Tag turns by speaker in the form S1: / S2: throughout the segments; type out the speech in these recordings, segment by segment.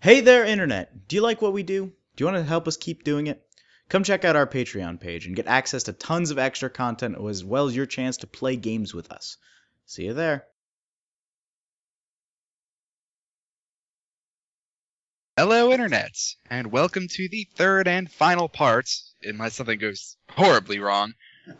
S1: Hey there, Internet! Do you like what we do? Do you want to help us keep doing it? Come check out our Patreon page and get access to tons of extra content as well as your chance to play games with us. See you there.
S2: Hello, Internet, and welcome to the third and final part, unless something goes horribly wrong,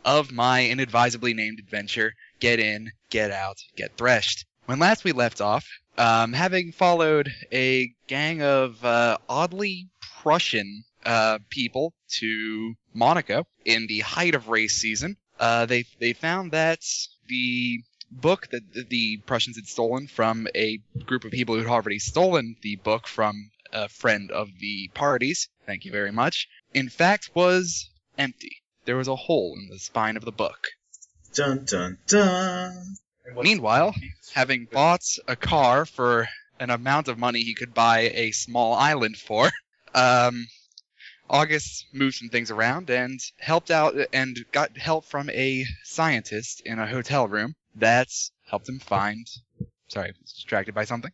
S2: of my inadvisably named adventure Get In, Get Out, Get Threshed. When last we left off, um, having followed a gang of uh, oddly Prussian uh, people to Monaco in the height of race season, uh, they, they found that the book that th- the Prussians had stolen from a group of people who had already stolen the book from a friend of the parties, thank you very much, in fact was empty. There was a hole in the spine of the book.
S1: Dun dun dun.
S2: Meanwhile, having bought a car for an amount of money he could buy a small island for, um, August moved some things around and helped out and got help from a scientist in a hotel room that helped him find. Sorry, I was distracted by something.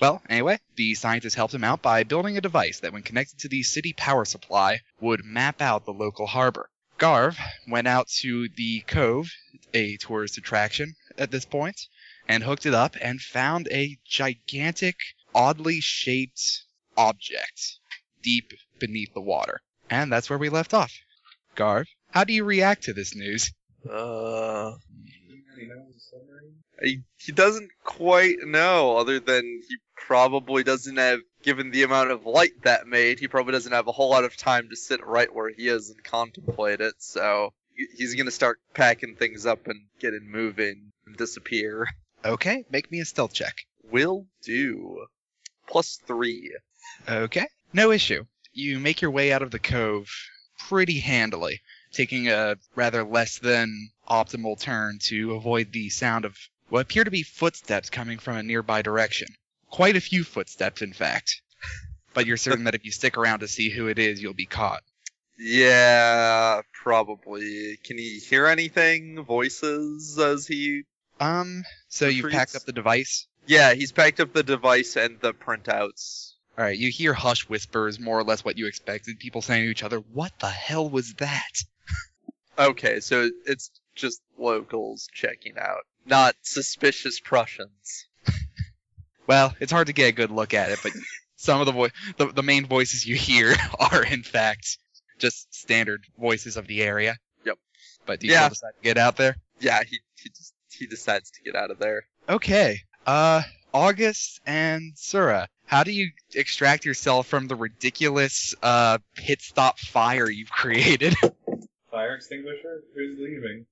S2: Well, anyway, the scientist helped him out by building a device that, when connected to the city power supply, would map out the local harbor. Garv went out to the cove, a tourist attraction at this point, and hooked it up and found a gigantic, oddly shaped object deep beneath the water. And that's where we left off. Garv, how do you react to this news?
S3: Uh, he, he doesn't quite know, other than he probably doesn't have, given the amount of light that made, he probably doesn't have a whole lot of time to sit right where he is and contemplate it, so he- he's gonna start packing things up and getting moving and disappear.
S2: Okay, make me a stealth check.
S3: Will do. Plus three.
S2: Okay. No issue. You make your way out of the cove pretty handily, taking a rather less than optimal turn to avoid the sound of what appear to be footsteps coming from a nearby direction. Quite a few footsteps, in fact. But you're certain that if you stick around to see who it is, you'll be caught.
S3: Yeah, probably. Can he hear anything? Voices as he.
S2: Um, so you've packed
S3: Freeze.
S2: up the device.
S3: Yeah, he's packed up the device and the printouts.
S2: All right, you hear hush whispers, more or less what you expected. People saying to each other, "What the hell was that?"
S3: Okay, so it's just locals checking out, not suspicious Prussians.
S2: Well, it's hard to get a good look at it, but some of the, vo- the the main voices you hear are in fact just standard voices of the area.
S3: Yep.
S2: But do you
S3: Yeah.
S2: still decide to get out there?
S3: Yeah, he he just he decides to get out of there.
S2: Okay. Uh, August and Sura, how do you extract yourself from the ridiculous uh pit stop fire you've created?
S4: Fire extinguisher? Who's leaving?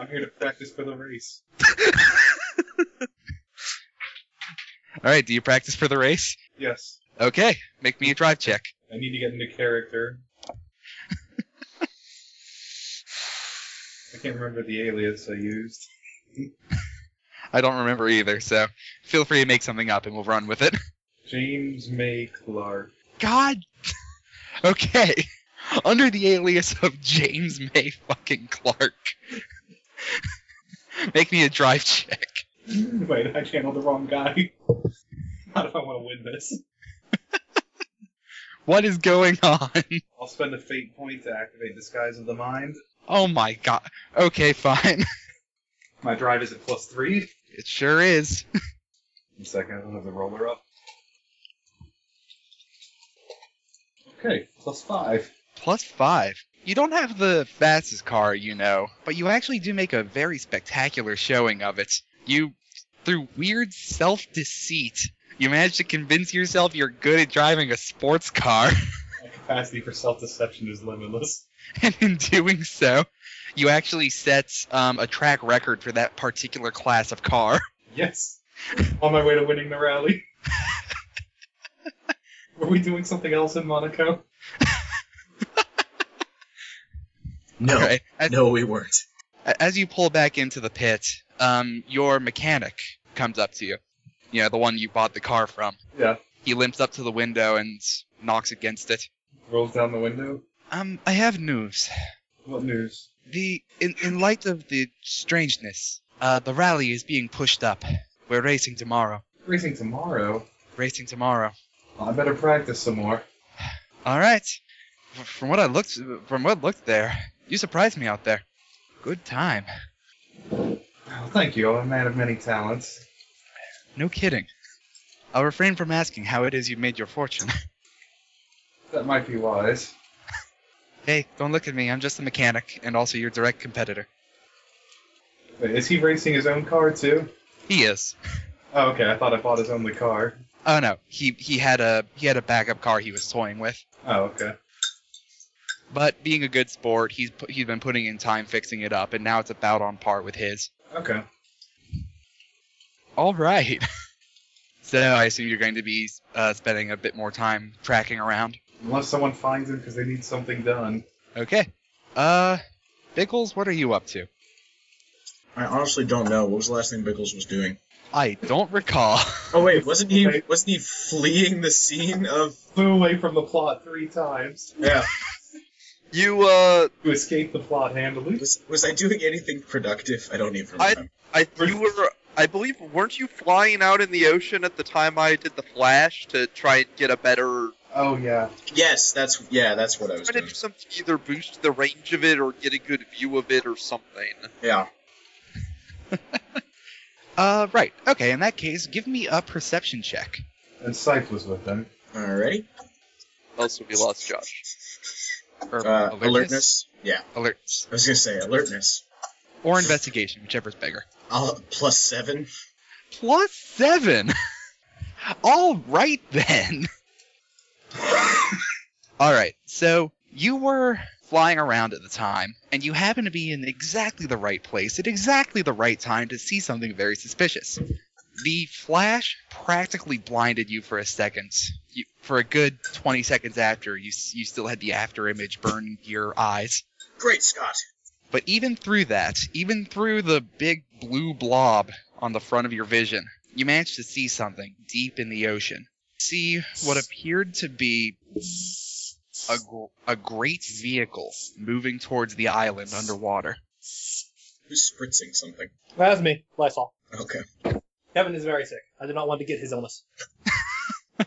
S4: I'm here to practice for the race.
S2: All right, do you practice for the race?
S4: Yes,
S2: Okay, make me a drive check.
S4: I need to get into character. I can't remember the alias I used.
S2: I don't remember either, so feel free to make something up and we'll run with it.
S4: James May Clark.
S2: God. Okay. Under the alias of James May fucking Clark. Make me a drive check.
S4: Wait, I channeled the wrong guy. Not if I want to win this.
S2: What is going on?
S4: I'll spend a fate point to activate Disguise of the Mind.
S2: Oh my god. Okay, fine.
S4: My drive is at plus three.
S2: It sure is.
S4: One second, I don't have the roller up. Okay, plus five.
S2: Plus five. You don't have the fastest car, you know, but you actually do make a very spectacular showing of it. You, through weird self deceit, you manage to convince yourself you're good at driving a sports car.
S4: My capacity for self deception is limitless.
S2: and in doing so, you actually set um, a track record for that particular class of car.
S4: Yes. On my way to winning the rally. Were we doing something else in Monaco?
S1: No,
S2: Alright. As,
S1: no, we weren't.
S2: as you pull back into the pit, um, your mechanic comes up to you. You know, the one you bought the car from.
S4: Yeah.
S2: He limps up to the window and knocks against it.
S4: Rolls down the window.
S2: Um, I have news.
S4: What news?
S2: The in, in light of the strangeness, uh, the rally is being pushed up. We're racing tomorrow.
S5: Racing tomorrow.
S2: Racing tomorrow.
S5: I better practice some more.
S2: All right. F- From what I looked, from what looked there, you surprised me out there. Good time.
S5: Oh, thank you. I'm a man of many talents.
S2: No kidding. I'll refrain from asking how it is you made your fortune.
S5: That might be wise.
S2: hey, don't look at me. I'm just a mechanic and also your direct competitor.
S5: Wait, is he racing his own car too?
S2: He is.
S5: Oh, okay. I thought I bought his only car.
S2: Oh no, he he had a he had a backup car he was toying with.
S5: Oh, okay.
S2: But being a good sport, he's pu- he's been putting in time fixing it up, and now it's about on par with his.
S5: Okay.
S2: All right. so I assume you're going to be uh, spending a bit more time tracking around.
S5: Unless someone finds him because they need something done.
S2: Okay. Uh, Bickles, what are you up to?
S6: I honestly don't know. What was the last thing Bickles was doing?
S2: I don't recall.
S6: Oh wait, wasn't he
S4: Wait.
S6: wasn't he fleeing the scene of
S4: Flew away from the plot three times
S6: Yeah.
S3: You uh,
S4: to escape the plot handily.
S6: Was was I doing anything productive? I don't even
S3: I-
S6: remember.
S3: I you were I believe weren't you flying out in the ocean at the time I did the flash to try and get a better
S5: Oh yeah.
S6: Yes, that's yeah, that's what I was
S3: try to
S6: doing.
S3: do something to either boost the range of it or get a good view of it or something.
S6: Yeah.
S2: Uh, right. Okay. In that case, give me a perception check.
S5: And Scythe was with them.
S6: Alrighty.
S3: Else we lost Josh.
S2: Or
S6: Uh, alertness. Yeah.
S2: Alertness.
S6: I was gonna say alertness.
S2: Or investigation, whichever's bigger.
S6: I'll, plus seven.
S2: Plus seven. All right then. All right. So you were flying around at the time, and you happen to be in exactly the right place at exactly the right time to see something very suspicious. The flash practically blinded you for a second. You, for a good 20 seconds after, you s- you still had the after image burn into your eyes.
S6: Great Scott.
S2: But even through that, even through the big blue blob on the front of your vision, you managed to see something deep in the ocean. See what appeared to be a, gr- a great vehicle moving towards the island underwater.
S6: Who's spritzing something?
S7: That was me. Lysol.
S6: Okay.
S7: Kevin is very sick. I do not want to get his illness.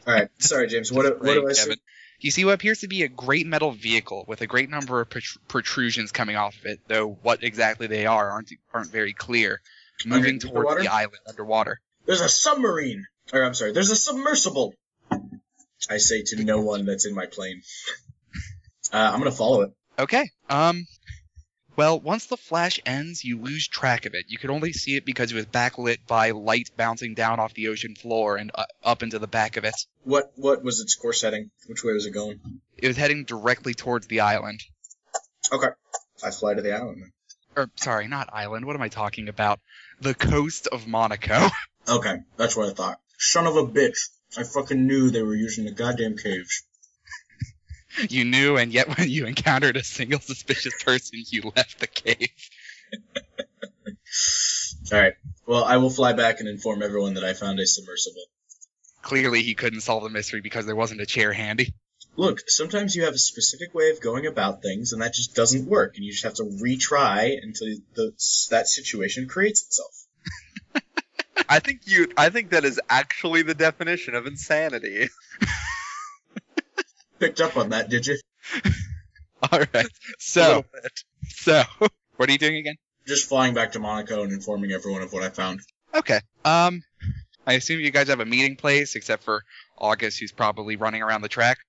S6: Alright. Sorry, James. What, do- what do I say?
S2: Kevin. You see what appears to be a great metal vehicle with a great number of protr- protrusions coming off of it, though what exactly they are aren't aren't very clear. Moving
S6: Under-
S2: towards the
S6: underwater?
S2: island underwater.
S6: There's a submarine! Or I'm sorry, there's a submersible. I say to no one that's in my plane. Uh, I'm gonna follow it.
S2: Okay. Um. Well, once the flash ends, you lose track of it. You could only see it because it was backlit by light bouncing down off the ocean floor and uh, up into the back of it.
S6: What what was its course setting? Which way was it going?
S2: It was heading directly towards the island.
S6: I fly to the island. then.
S2: Or, Er, sorry, not island. What am I talking about? The coast of Monaco.
S6: Okay, that's what I thought. Son of a bitch. I fucking knew they were using the goddamn caves.
S2: you knew, and yet when you encountered a single suspicious person, you left the cave.
S6: Alright. Well, I will fly back and inform everyone that I found a submersible.
S2: Clearly, he couldn't solve the mystery because there wasn't a chair handy.
S6: Look, sometimes you have a specific way of going about things, and that just doesn't work, and you just have to retry until the, that situation creates itself.
S3: I think you I think that is actually the definition of insanity.
S6: Picked up on that, did you?
S2: All right. So, so, what are you doing again?
S6: Just flying back to Monaco and informing everyone of what I found.
S2: Okay. Um, I assume you guys have a meeting place, except for August, who's probably running around the track.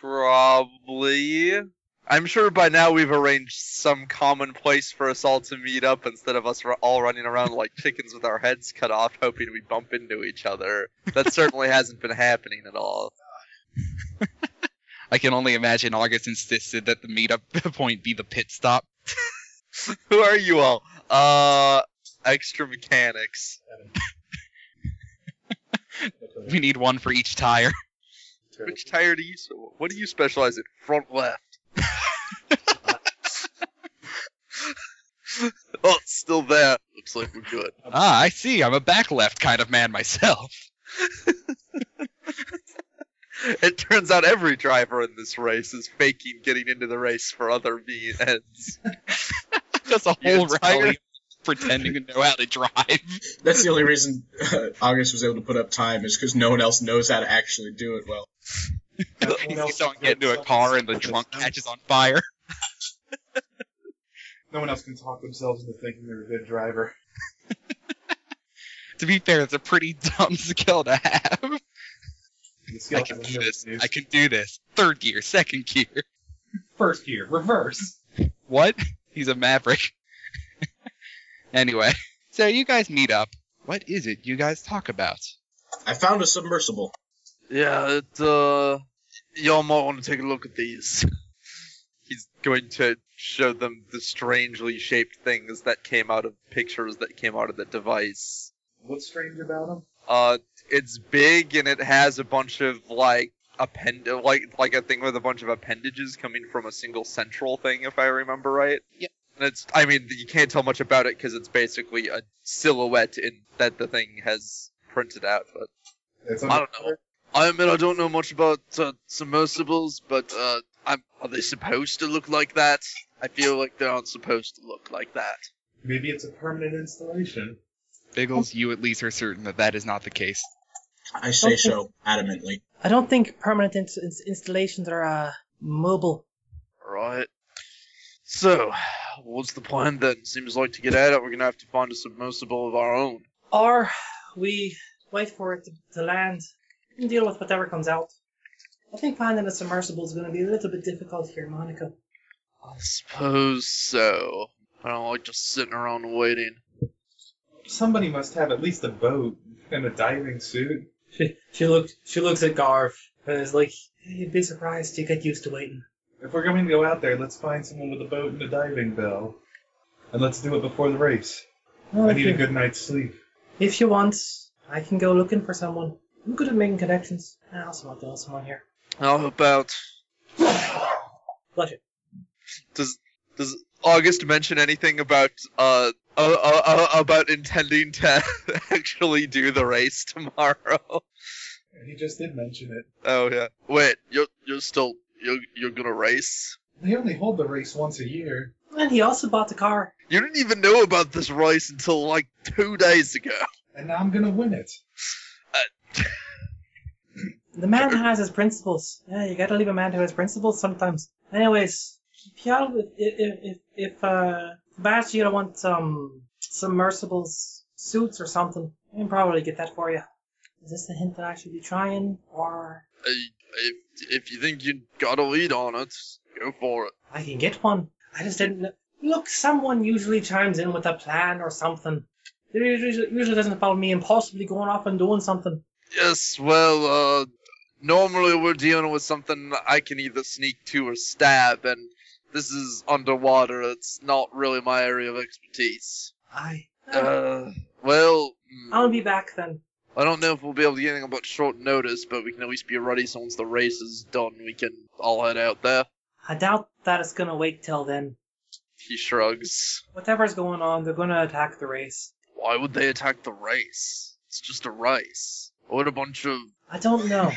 S3: Probably. I'm sure by now we've arranged some common place for us all to meet up instead of us ru- all running around like chickens with our heads cut off, hoping we bump into each other. That certainly hasn't been happening at all.
S2: I can only imagine August insisted that the meetup point be the pit stop.
S3: Who are you all? Uh, extra mechanics.
S2: We need one for each tire.
S3: Which tire do you? so- What do you specialize in? Front left. oh, it's still there. Looks like we're good.
S2: Ah, I see. I'm a back left kind of man myself.
S3: It turns out every driver in this race is faking getting into the race for other me ends.
S2: Just a whole
S3: Your tire-
S2: rally pretending to know how to drive.
S6: That's the only reason uh, August was able to put up time is because no one else knows how to actually do it well.
S2: You see someone get into a car and the trunk catches on fire.
S5: No one else can talk themselves into thinking they're a good driver.
S2: To be fair, it's a pretty dumb skill to have.
S5: The skill
S2: I can
S5: has
S2: do
S5: no
S2: this.
S5: use.
S2: I can do this. Third gear, second gear.
S4: First gear, reverse.
S2: What? He's a maverick. anyway, so you guys meet up. What is it you guys talk about?
S6: I found a submersible.
S3: Yeah, it, uh, y'all might want to take a look at these. He's going to show them the strangely shaped things that came out of pictures that came out of the device.
S5: What's strange about them?
S3: Uh, it's big and it has a bunch of like append like like a thing with a bunch of appendages coming from a single central thing, if I remember right.
S2: Yeah.
S3: And it's I mean you can't tell much about it because it's basically a silhouette in that the thing has printed out, but.
S5: It's
S3: I don't know. I admit I don't know much about uh, submersibles, but uh, I'm, are they supposed to look like that? I feel like they aren't supposed to look like that.
S5: Maybe it's a permanent installation.
S2: Biggles, you at least are certain that that is not the case.
S6: I say so adamantly.
S8: I don't think permanent ins- ins- installations are uh, mobile.
S3: Right. So, what's the plan then? Seems like to get at it, we're gonna have to find a submersible of our own.
S8: Or we wait for it to, to land and deal with whatever comes out. I think finding a submersible is going to be a little bit difficult here, Monica.
S3: I suppose so. I don't like just sitting around waiting.
S5: Somebody must have at least a boat and a diving suit.
S7: She, she looks she looks at Garv and is like,
S8: You'd be surprised. You get used to waiting.
S5: If we're going to go out there, let's find someone with a boat and a diving bell. And let's do it before the race. I need a good night's sleep.
S8: If you want, I can go looking for someone. I'm good at making connections. I also want to know someone here.
S3: How about
S8: Bless you.
S3: does August mention anything about uh, uh, uh, uh about intending to actually do the race tomorrow?
S5: He just did mention it.
S3: Oh yeah. Wait, you're you're still you're you're gonna race?
S5: They only hold the race once a year.
S8: And he also bought the car.
S3: You didn't even know about this race until like two days ago.
S5: And now I'm going to win it.
S8: The man has his principles. Yeah, you gotta leave a man to his principles sometimes. Anyways, if y'all, if, if, if, if uh, Bashira wants um, submersibles, suits or something, I can probably get that for you. Is this the hint that I should be trying, or
S3: I, if if you think you got a lead on it, go for it.
S8: I can get one? I just didn't know. Look, someone usually chimes in with a plan or something. It usually, usually doesn't involve me impossibly going off and doing something.
S3: Yes, well, uh, normally we're dealing with something I can either sneak to or stab, and this is underwater. It's not really my area of expertise.
S8: I.
S3: Uh, well, hmm,
S8: I'll be back then.
S3: I don't know if we'll be able to get anything about short notice, but we can at least be ready. So once the race is done, we can all head out there.
S8: I doubt that it's gonna wait till then.
S3: He shrugs.
S8: Whatever's going on, they're gonna attack the race.
S3: Why would they attack the race? It's just a race. What a bunch of.
S8: I don't know.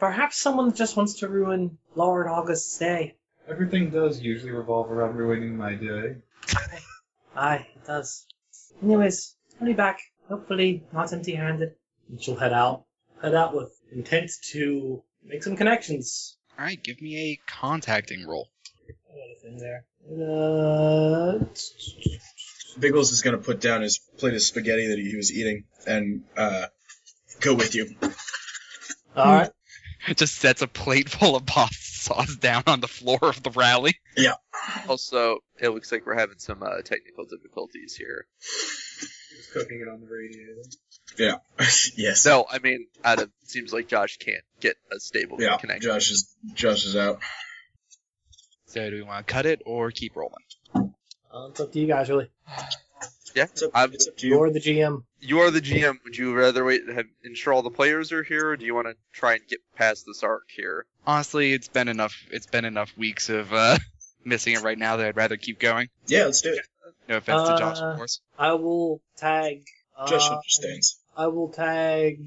S8: Perhaps someone just wants to ruin Lord August's day.
S5: Everything does usually revolve around ruining my day.
S8: Aye, it does. Anyways, I'll be back. Hopefully not empty-handed.
S7: and she'll head out. Head out with intent to make some connections.
S2: All right, give me a contacting roll.
S7: What is in there? Uh,
S6: Biggles is gonna put down his plate of spaghetti that he was eating and uh, go with you.
S8: Hmm.
S7: all right.
S2: Just sets a plate full of pasta sauce down on the floor of the rally.
S3: Also, it looks like we're having some uh, technical difficulties here.
S5: He was cooking it on the radiator.
S6: yes.
S3: No, I mean, out of seems like Josh can't get a stable
S6: yeah.
S3: connection.
S6: Josh is Josh is out.
S2: So do we want to cut it or keep rolling?
S7: Uh, it's up to you guys, really.
S6: It's up,
S3: I'm-
S6: it's up to you.
S7: You're the GM.
S3: You are the GM. Would you rather wait and have, ensure all the players are here, or do you want to try and get past this arc here?
S2: Honestly, it's been enough. It's been enough weeks of uh, missing it right now that I'd rather keep going.
S6: Yeah, let's do it.
S2: No offense to Josh,
S7: Uh,
S2: of course.
S7: I will tag. Uh,
S6: Josh understands.
S7: I will tag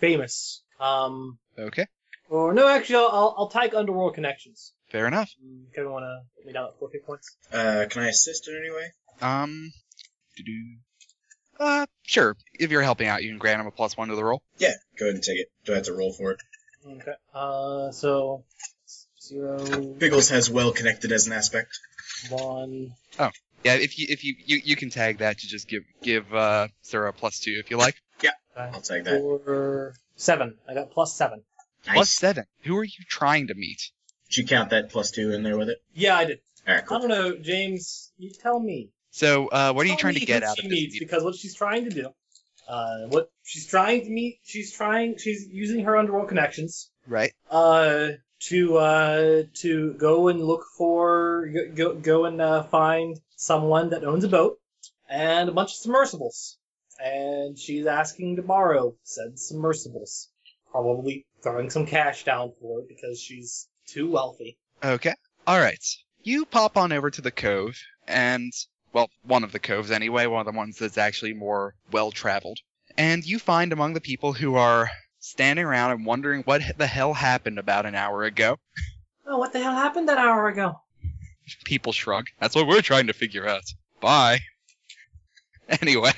S7: famous. Um,
S2: Okay,
S7: or no, actually, I'll- I'll, I'll tag underworld connections.
S2: fair enough.
S7: Mm, Kevin, want to put me down at four hit points?
S6: Uh, can I assist in any way?
S2: Um, doo-doo. uh, sure. If you're helping out, you can grant him a plus one to the roll.
S6: Yeah, go ahead and take it. Do I have to roll for it?
S7: Okay. Uh, so zero,
S6: Biggles has well connected as an aspect.
S7: one.
S2: Yeah, if you if you you, you can tag that to just give give uh Sarah a plus two if you like.
S6: I'll take that.
S7: Four, seven. I got plus seven.
S6: Nice.
S2: Plus seven. Who are you trying to meet?
S6: Did you count that plus two in there with it?
S7: Yeah, I did.
S6: All right,
S7: I
S6: cool.
S7: don't know, James. You tell me.
S2: So, uh, what are you
S7: Tell
S2: trying to
S7: me
S2: get
S7: who
S2: out of
S7: she
S2: this?
S7: meets,
S2: meeting?
S7: Because what she's trying to do, uh, what she's trying to meet, she's trying, she's using her underworld connections,
S2: Right.
S7: uh, to uh, to go and look for, go go, go and uh, find someone that owns a boat and a bunch of submersibles, and she's asking to borrow said submersibles, probably throwing some cash down for it because she's too wealthy.
S2: Okay. All right. You pop on over to the cove, and well, one of the coves anyway, one of the ones that's actually more well traveled, and you find among the people who are standing around and wondering what the hell happened about an hour ago.
S8: Oh, what the hell happened that hour ago?
S2: People shrug. That's what we're trying to figure out. Bye. Anyway,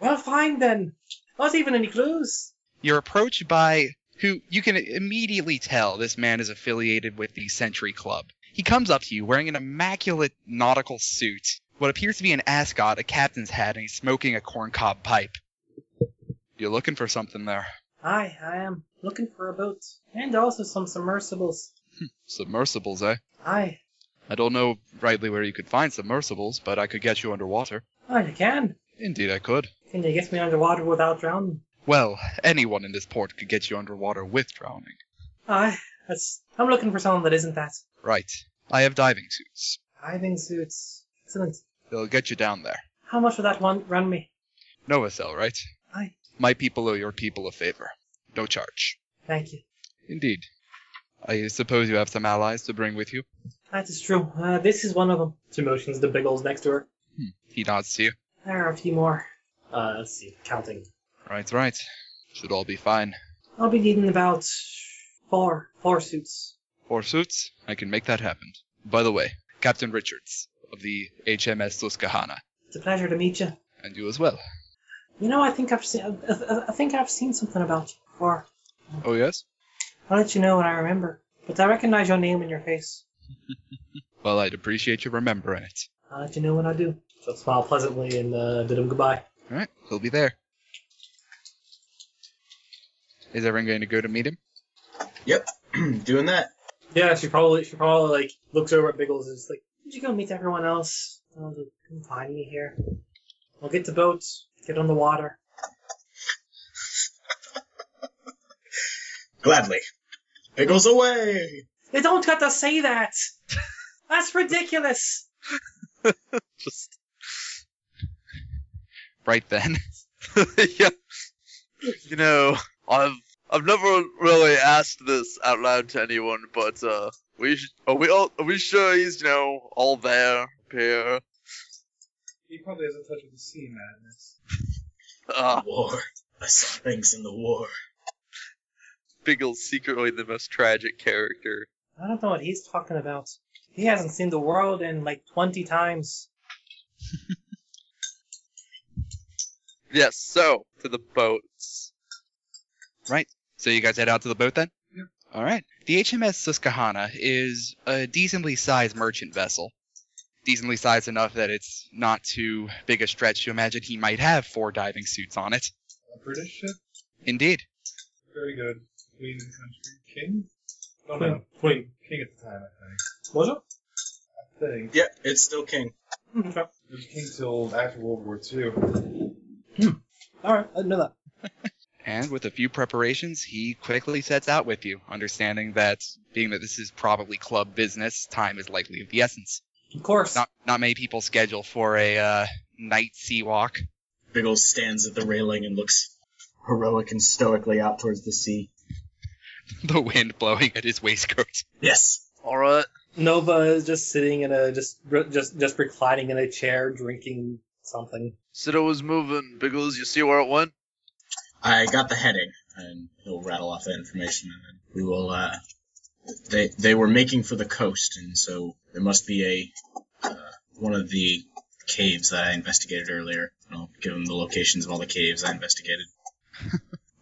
S8: Well, fine then. Not even any clues.
S2: you're approached by who you can immediately tell this man is affiliated with the Century Club. He comes up to you wearing an immaculate nautical suit, what appears to be an ascot, a captain's hat, and he's smoking a corncob pipe. You're looking for something there.
S8: Aye, I am looking for a boat and also some submersibles.
S2: Submersibles, eh?
S8: Aye.
S2: I don't know rightly where you could find submersibles, but I could get you underwater.
S8: Oh, you can.
S2: Indeed, I could.
S8: Can you get me underwater without drowning?
S2: Well, anyone in this port could get you underwater with drowning.
S8: Aye. That's. I'm looking for someone that isn't that.
S2: Right. I have diving suits.
S8: Diving suits. Excellent.
S2: They'll get you down there.
S8: How much would that one run me?
S2: Novacell, right?
S8: Aye.
S2: My people owe your people a favor. No charge.
S8: Thank you.
S2: Indeed. I suppose you have some allies to bring with you.
S8: That is true. Uh, this is one of them.
S7: She motions to Biggles next to her.
S2: He nods to you.
S8: There are a few more.
S7: Uh, let's see, counting.
S2: Right, right. Should all be fine.
S8: I'll be needing about four four suits.
S2: Four suits? I can make that happen. By the way, Captain Richards of the HMS Susquehanna,
S8: It's a pleasure to meet you.
S2: and you as well.
S8: You know, I think I've seen. I, I, I think I've seen something about you before.
S2: Oh, yes?
S8: I'll let you know when I remember. But I recognize your name and your face.
S2: Well, I'd appreciate you remembering it.
S8: I'll let you know when I do.
S7: She'll smile pleasantly and uh, bid him goodbye.
S2: All right, he'll be there. Is everyone going to go to meet him?
S6: Doing that.
S7: Yeah, she probably she probably like looks over at Biggles and is like,
S8: Did you go meet everyone else? Oh, they come find me here. I'll get the boat. Get on the water.
S6: Gladly. Biggles away!
S8: They don't got to say that. That's ridiculous.
S3: Just
S2: Right then.
S3: yeah. You know, I've I've never really asked this out loud to anyone, but uh, we sh- are we all are we sure he's you know all there here?
S5: He probably has a touch of the sea madness.
S3: Uh,
S6: War. I saw things in the war.
S3: Biggle's secretly the most tragic character.
S8: I don't know what he's talking about. He hasn't seen the world in like twenty times.
S3: Yes. So to the boats.
S2: So you guys head out to the boat then?
S5: Yep.
S2: All right. The HMS Susquehanna is a decently sized merchant vessel. Decently sized enough that it's not too big a stretch to imagine he might have four diving suits on it.
S5: A British ship?
S2: Indeed.
S5: Very good. Queen and country. King? Oh, no.
S7: Queen.
S5: King at the time, I
S7: "Was it?"
S5: think. I think.
S6: Yeah, it's still king.
S8: Hmm.
S7: Okay.
S5: It was king till after World War II.
S7: All right, I didn't know that.
S2: And with a few preparations, he quickly sets out with you, understanding that being that this is probably club business, time is likely of the essence.
S7: Of course.
S2: Not not many people schedule for a uh, night sea walk.
S6: Biggles stands at the railing and looks heroic and stoically out towards the sea.
S2: the wind blowing at his waistcoat.
S6: Yes.
S3: All right.
S7: Nova is just sitting in a just re- just just reclining in a chair, drinking something.
S3: Sido was moving. Biggles, you see where it went?
S6: I got the heading, and he'll rattle off the information, and then we will. Uh, they they were making for the coast, and so there must be a uh, one of the caves that I investigated earlier. I'll give him the locations of all the caves I investigated.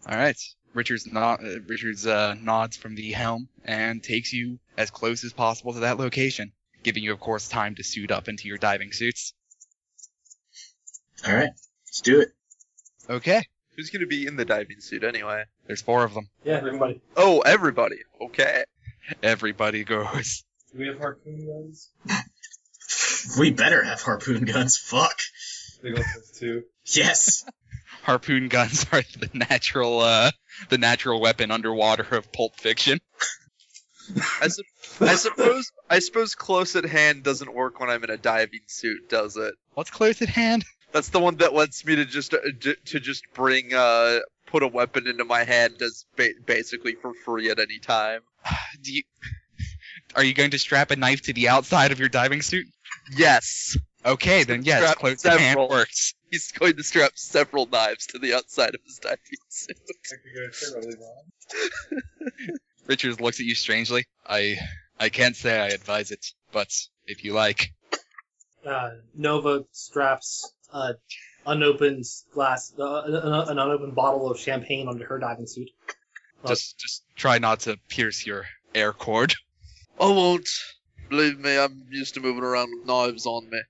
S2: All right. Richard's nod, uh, Richard's uh, nods from the helm and takes you as close as possible to that location, giving you, of course, time to suit up into your diving suits.
S6: All right, let's do it.
S2: Okay.
S3: Who's gonna be in the diving suit anyway?
S2: There's four of them.
S7: Yeah, everybody.
S3: Oh, everybody. Okay.
S2: Everybody goes.
S4: Do we have harpoon guns?
S6: We better have harpoon guns. Fuck.
S5: Big ol' says two.
S6: Yes.
S2: Harpoon guns are the natural, uh, the natural weapon underwater of Pulp Fiction.
S3: I suppose I suppose close at hand doesn't work when I'm in a diving suit, does it?
S2: What's close at hand?
S3: That's the one that lets me to just uh, j- to just bring uh put a weapon into my hand as ba- basically for free at any time.
S2: Do you, are you going to strap a knife to the outside of your diving suit?
S3: Yes,
S2: Okay, then yes,
S3: Strap
S2: close at hand
S3: several.
S2: works.
S3: he's going to strap several knives to the outside of his diving suit.
S5: I could go thoroughly wrong.
S2: Richards looks at you strangely. I, I can't say I advise it, but if you like.
S7: Uh, Nova straps uh, unopened glass, uh, an, an- an unopened bottle of champagne under her diving suit. Oh.
S2: Just just try not to pierce your air cord.
S3: I won't. Believe me, I'm used to moving around with knives on me.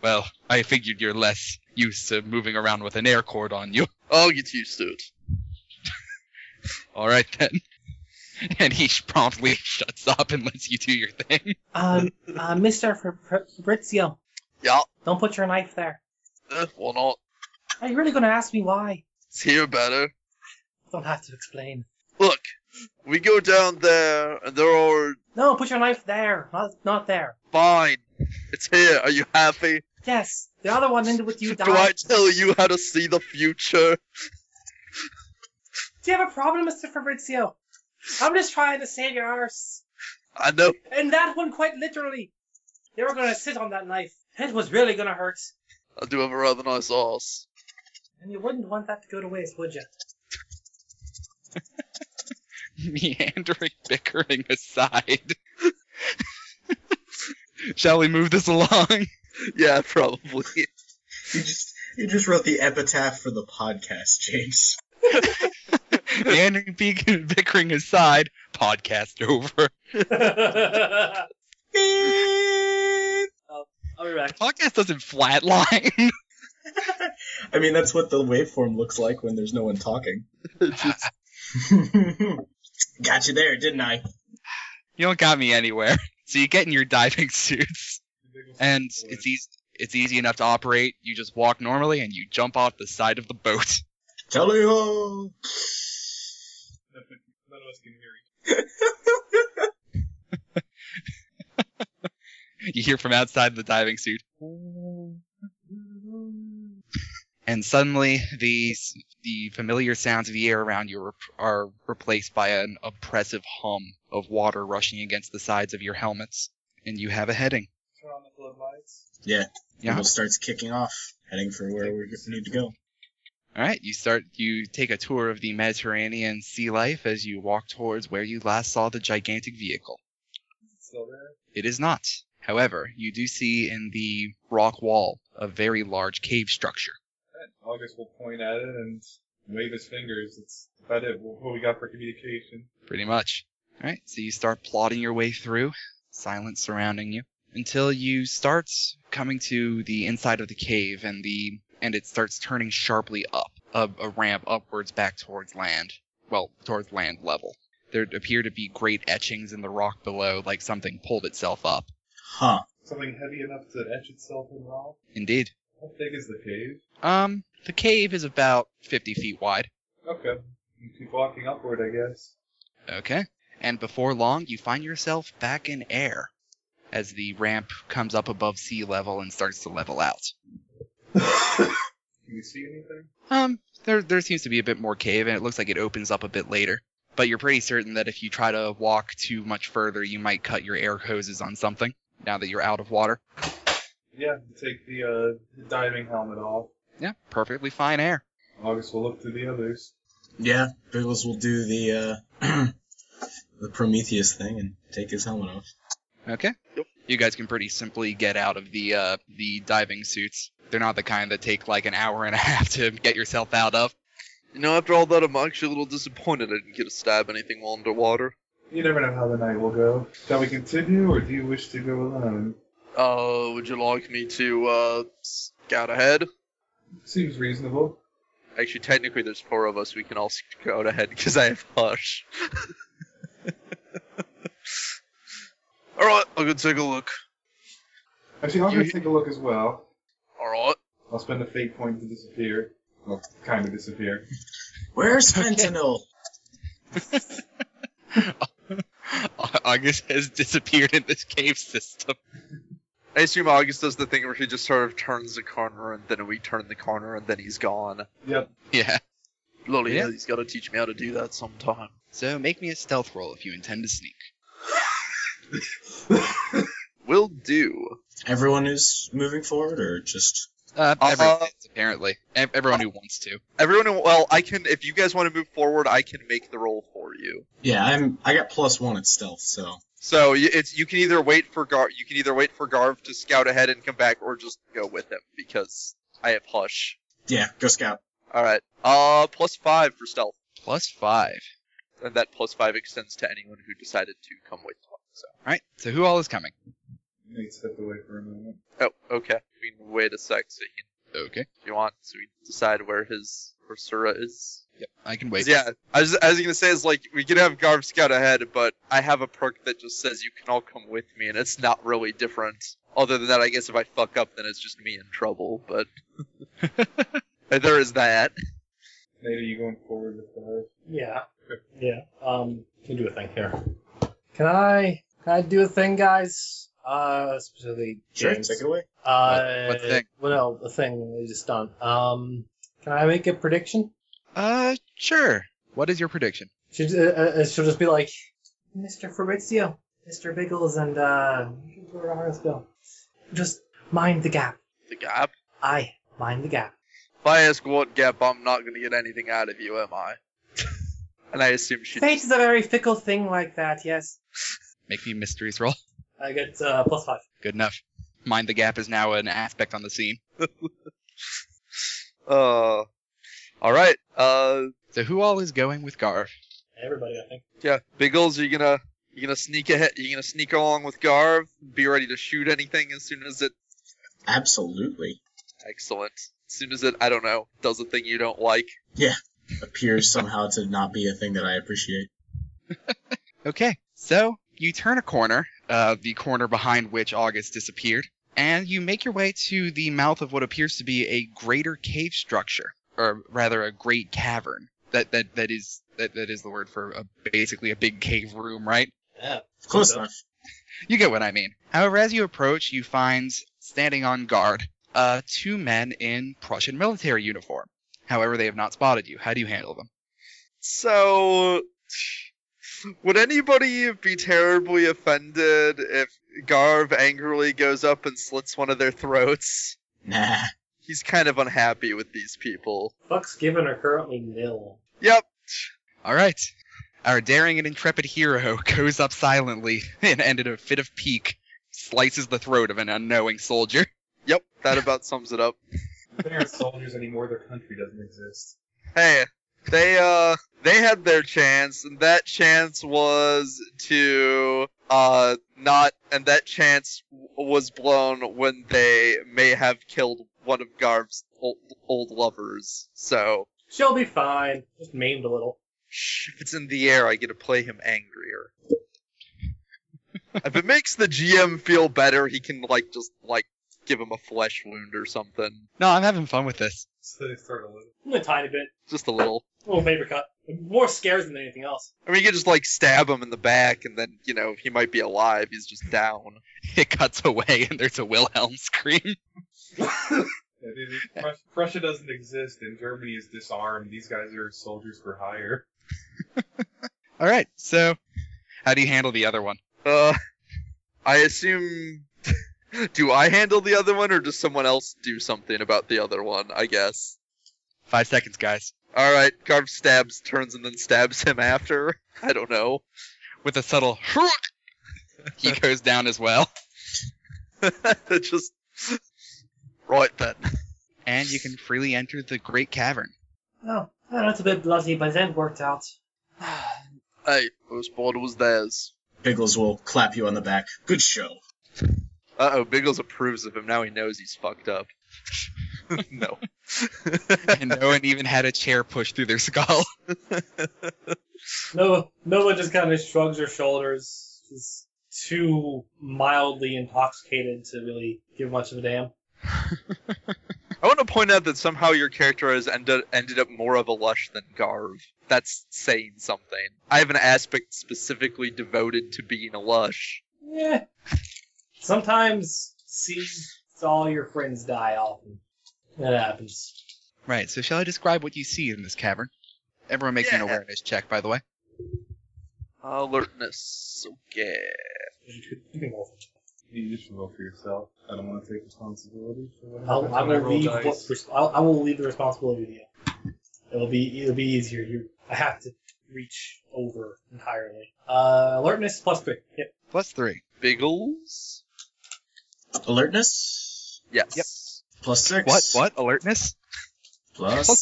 S2: Well, I figured you're less used to moving around with an air cord on you.
S3: I'll get used to it.
S2: All right then. And he promptly shuts up and lets you do your thing.
S8: Um, uh, Mister Fabri- Fabrizio,
S3: Yeah,
S8: don't put your knife there.
S3: eh, why not?
S8: Are you really going to ask me why?
S3: It's here better.
S8: Don't have to explain.
S3: Look, we go down there, and there are
S8: No, put your knife there, not not there.
S3: fine. It's here. Are you happy?
S8: Yes, the other one ended with you
S3: Do I
S8: dying.
S3: tell you how to see the future?
S8: Do you have a problem, Mister Fabrizio? I'm just trying to save your arse.
S3: I know.
S8: And that one quite literally. They were gonna sit on that knife. It was really gonna hurt.
S3: I do have a rather nice ass.
S8: And you wouldn't want that to go to waste, would you?
S2: Meandering, bickering aside. Shall we move this along?
S3: Yeah, probably.
S6: You just you just wrote the epitaph for the podcast, James.
S2: Meandering, beak- bickering aside. Podcast over.
S7: I'll be back.
S2: Podcast doesn't flatline.
S6: I mean, that's what the waveform looks like when there's no one talking.
S3: Just-
S6: Got you there, didn't I?
S2: you don't got me anywhere. So you get in your diving suits.
S5: Big ol' says
S2: and
S5: four.
S2: it's easy it's easy enough to operate. You just walk normally and you jump off the side of the boat.
S6: Tally ho!
S5: None of us can hear you.
S2: You hear from outside the diving suit. And suddenly the the familiar sounds of the air around you are, are replaced by an oppressive hum of water rushing against the sides of your helmets and you have a heading.
S5: Turn on the floodlights.
S2: Yeah.
S6: The boat starts kicking off, heading for where we need to go.
S2: All right, you start you take a tour of the Mediterranean sea life as you walk towards where you last saw the gigantic vehicle.
S5: Still there.
S2: It is not. However, you do see in the rock wall a very large cave structure.
S5: August will point at it and wave his fingers. It's about it. What what we got for communication?
S2: Pretty much. Alright, so you start plodding your way through, silence surrounding you, until you start coming to the inside of the cave and the and it starts turning sharply up, a, a ramp upwards back towards land. Well, towards land level. There appear to be great etchings in the rock below, like something pulled itself up.
S6: Huh.
S5: Something heavy enough to etch itself in rock.
S2: Indeed.
S5: How big is the cave?
S2: Um, the cave is about 50 feet wide.
S5: Okay. You keep walking upward, I guess.
S2: Okay. And before long, you find yourself back in air as the ramp comes up above sea level and starts to level out.
S5: Can we see anything?
S2: Um, there there seems to be a bit more cave, and it looks like it opens up a bit later. But you're pretty certain that if you try to walk too much further, you might cut your air hoses on something. Now that you're out of water.
S5: Yeah, take the uh, the diving helmet off.
S2: Yeah, perfectly fine air.
S5: August will look to the others.
S6: Yeah, Biggles will do the uh, the Prometheus thing and take his helmet off.
S2: Okay. you guys can pretty simply get out of the uh, the diving suits. They're not the kind that take like an hour and a half to get yourself out of.
S3: You know, after all that, I'm actually a little disappointed I didn't get to stab anything while underwater.
S5: You never know how the night will go. Shall we continue, or do you wish to go alone?
S3: Uh, would you like me to uh, scout ahead?
S5: Seems reasonable.
S3: Actually, technically, there's four of us. We can all scout ahead because I have hush. all right, I'll go take a look.
S5: Actually, I'm going to take a look as well.
S3: All right.
S5: I'll spend a fate point to disappear. Well, kind of disappear.
S6: Where's fentanyl?
S2: August has disappeared in this cave system.
S3: I assume August does the thing where he just sort of turns the corner and then we turn the corner and then he's gone.
S5: Yep.
S2: Yeah.
S3: Lolly,
S2: Yeah.
S3: he's got to teach me how to do that sometime.
S2: So make me a stealth roll if you intend to sneak.
S3: Will do.
S6: Everyone who's moving forward, or just
S2: Uh,
S3: Uh,
S2: everyone is, apparently, Ev- everyone who wants to.
S3: Everyone, well, I can. If you guys want to move forward, I can make the roll for you.
S6: yeah, I'm I got plus one at stealth, so
S3: So y- it's you can either wait for Gar you can either wait for Garv to scout ahead and come back, or just go with him because I have hush.
S6: yeah, go scout.
S3: All right, uh, plus five for stealth,
S2: Plus five.
S3: and that plus five extends to anyone who decided to come with. us, So.
S2: All right. So who all is coming?
S5: Nate stepped away for a moment.
S3: Oh, okay. I mean, wait a sec. So he,
S2: Okay.
S3: if you want, so we decide where his where Sura is.
S2: I can wait.
S3: Yeah, I was, I was gonna say is like we can have Garv scout ahead, but I have a perk that just says you can all come with me, and it's not really different. Other than that, I guess if I fuck up, then it's just me in trouble. But there is that.
S5: Nate, are you going forward with the
S7: Yeah. Yeah. Um, can do a thing here. Can I? Can I do a thing, guys? Uh, specifically James.
S6: take it away.
S7: Uh,
S2: What- what thing?
S7: Well, no, the thing we just done. Um, can I make a prediction?
S2: Uh, sure. What is your prediction?
S7: She, uh, uh, she'll just be like,
S8: Mr. Fabrizio, Mr. Biggles, and uh, Lord Harrisville. Just mind the gap.
S3: The gap.
S8: I mind the gap.
S3: If I ask what gap, I'm not gonna get anything out of you, am I? and I assume she.
S8: Fate is a very fickle thing like that. Yes.
S2: Make me a mysteries roll.
S7: I get uh, plus five.
S2: Good enough. Mind the gap is now an aspect on the scene.
S3: Uh. All right. Uh.
S2: So who all is going with Garv?
S7: Everybody, I think.
S3: Yeah. Biggles, you gonna you gonna sneak ahead? You gonna sneak along with Garv? Be ready to shoot anything as soon as it
S6: Absolutely.
S3: Excellent. As soon as it, I don't know, does a thing you don't like.
S6: Appears somehow to not be a thing that I appreciate.
S2: Okay. So you turn a corner, uh, the corner behind which August disappeared, and you make your way to the mouth of what appears to be a greater cave structure, or rather a great cavern. That that that is that, that is the word for a, basically a big cave room, right?
S7: Yeah.
S6: Close
S7: Good
S6: enough.
S2: You get what I mean. However, as you approach, you find standing on guard uh, two men in Prussian military uniform. However, they have not spotted you. How do you handle them?
S3: So, would anybody be terribly offended if Garv angrily goes up and slits one of their throats?
S6: Nah.
S3: He's kind of unhappy with these people.
S7: Fucks given are currently nil.
S3: Yep.
S2: All right. Our daring and intrepid hero goes up silently and, and in a fit of pique, slices the throat of an unknowing soldier.
S3: Yep. That about sums it up.
S5: They aren't soldiers anymore. Their country doesn't exist.
S3: Hey, they uh they had their chance, and that chance was to uh not, and that chance w- was blown when they may have killed one of Garv's old, old lovers. So
S7: She'll be fine. Just maimed a little.
S3: shh, if it's in the air, I get to play him angrier. if it makes the GM feel better, he can like just like give him a flesh wound or something,
S2: No, I'm having fun with this.
S5: So they start a little.
S7: A tiny bit.
S3: just a little.
S7: A little paper cut. More scares than anything else.
S3: I mean, you could just like stab him in the back, and then you know he might be alive. He's just down.
S2: It cuts away and there's a Wilhelm scream.
S5: Yeah, they- they- Prus- Prussia doesn't exist, and Germany is disarmed. These guys are soldiers for hire.
S2: All right. So, how do you handle the other one?
S3: Uh, I assume. do I handle the other one, or does someone else do something about the other one? I guess.
S2: Five seconds, guys.
S3: All right, Garb stabs, turns, and then stabs him after. I don't know.
S2: With a subtle, he goes down as well.
S3: Just right then.
S2: and you can freely enter the Great Cavern.
S8: Oh, well, that's a bit bloody, but then worked out.
S3: Hey, first border was theirs.
S6: Pickles will clap you on the back. Good show.
S3: Uh oh, Biggles approves of him. Now he knows he's fucked up. no.
S2: And no one even had a chair pushed through their skull.
S7: Nova, Nova just kind of shrugs her shoulders. She's too mildly intoxicated to really give much of a damn.
S3: I want to point out that somehow your character has ended, ended up more of a lush than Garv. That's saying something. I have an aspect specifically devoted to being a lush.
S7: Yeah. Sometimes seeing all your friends die often. That happens.
S2: Right, so shall I describe what you see in this cavern? Everyone makes an
S3: Yeah.
S2: awareness check, by the way.
S3: Alertness. Okay.
S4: You could- you can roll for it.
S5: You just roll for yourself. I don't want to take responsibility for what
S7: I'll,
S5: happens
S7: I
S5: when
S7: will
S5: roll
S7: leave.
S5: dice.
S7: What, res- I'll, I will leave the responsibility to you. It'll be it'll be easier. You I have to reach over entirely. Uh, alertness plus three. Yep.
S2: Plus three.
S3: Biggles?
S6: Alertness?
S3: Yes.
S6: Plus six.
S2: What? What? Alertness?
S6: Plus
S2: Plus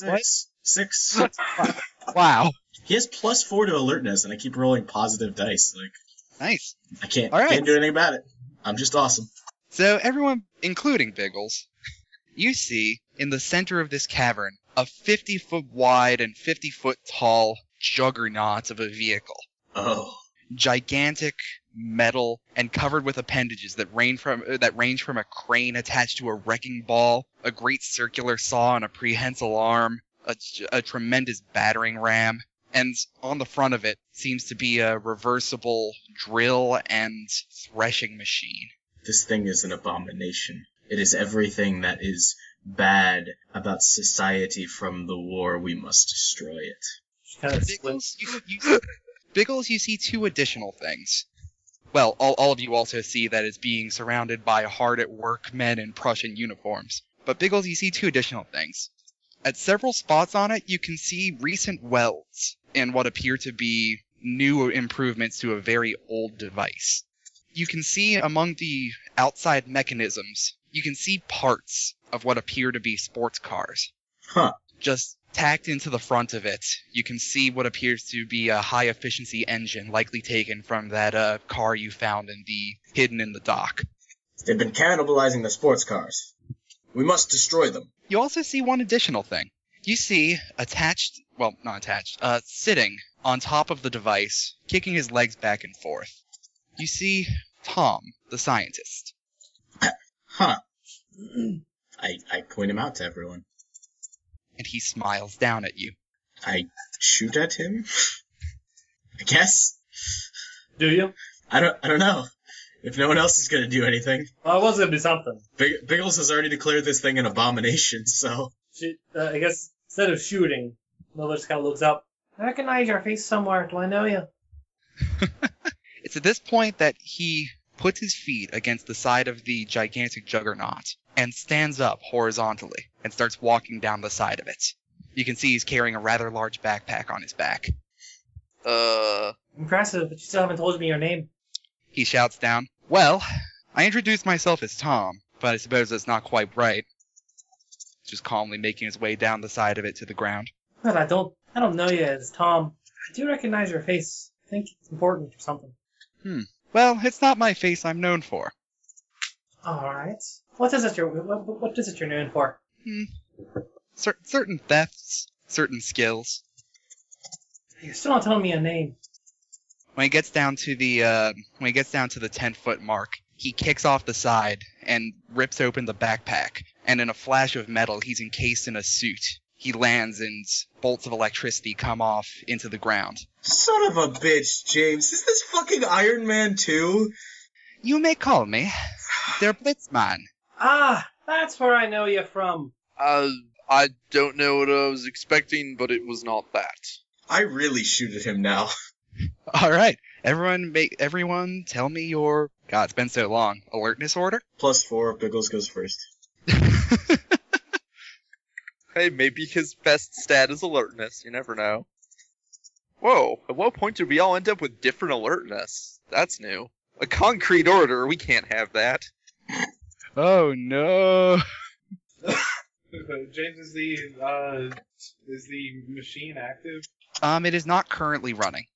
S6: six.
S2: what?
S6: Six.
S2: Wow.
S6: he has plus four to alertness, and I keep rolling positive dice. Like
S2: Nice.
S6: I can't,
S2: All right.
S6: can't do anything about it. I'm just awesome.
S2: So everyone, including Biggles, you see in the center of this cavern a 50 foot wide and 50 foot tall juggernaut of a vehicle.
S6: Oh,
S2: gigantic metal and covered with appendages that range from uh, that range from a crane attached to a wrecking ball, a great circular saw and a prehensile arm, a, j- a tremendous battering ram, and on the front of it seems to be a reversible drill and threshing machine.
S6: this thing is an abomination. It is everything that is bad about society from the war. We must destroy it.
S7: She kind of splits.
S2: Biggles, you, you, Biggles, you see two additional things. Well, all, all of you also see that it's being surrounded by hard at work men in Prussian uniforms. But Biggles, you see two additional things. At several spots on it, you can see recent welds and what appear to be new improvements to a very old device. You can see among the outside mechanisms, you can see parts of what appear to be sports cars just tacked into the front of it, you can see what appears to be a high efficiency engine, likely taken from that uh, car you found in the hidden in the dock.
S6: They've been cannibalizing the sports cars. We must destroy them.
S2: You also see one additional thing. You see attached, well, not attached, uh, sitting on top of the device, kicking his legs back and forth. You see Tom, the scientist.
S6: Huh. I, I point him out to everyone.
S2: And he smiles down at you.
S6: I shoot at him? I guess?
S7: Do you?
S6: I don't I don't know. If no one else is gonna do anything.
S7: Well, it was gonna be something.
S6: Big, Biggles has already declared this thing an abomination, so
S7: She, uh, I guess instead of shooting, Nova just kind of looks up.
S8: I recognize your face somewhere. Do I know you?
S2: It's at this point that he puts his feet against the side of the gigantic juggernaut and stands up horizontally and starts walking down the side of it. You can see he's carrying a rather large backpack on his back.
S3: Uh,
S8: Impressive, but you still haven't told me your name.
S2: He shouts down, Well, I introduced myself as Tom, but I suppose that's not quite right. Just calmly making his way down the side of it to the ground.
S8: Well, I don't. I don't know you as Tom. I do recognize your face. I think it's important or something.
S2: Well, it's not my face I'm known for.
S8: All right. What is it you're? What, what- what is it you're known for?
S2: Cer- certain thefts, certain skills.
S8: You're still not telling me your name.
S2: when he gets down to the uh, when he gets down to the ten foot mark, he kicks off the side and rips open the backpack. And in a flash of metal, he's encased in a suit. He lands, and bolts of electricity come off into the ground.
S6: Son of a bitch, James. Is this fucking Iron Man 2?
S2: You may call me Der Blitzmann.
S8: Ah, that's where I know you from.
S3: I, I don't know what I was expecting, but it was not that.
S6: I really shoot at him now.
S2: All right, everyone, make everyone tell me your God. It's been so long. Alertness order.
S6: Plus four, Biggles goes first.
S3: Hey, maybe his best stat is alertness. You never know. Whoa, at what point did we all end up with different alertness? That's new. A concrete order, we can't have that.
S2: Oh no.
S4: James is the uh, is the machine active?
S2: Um, it is not currently running.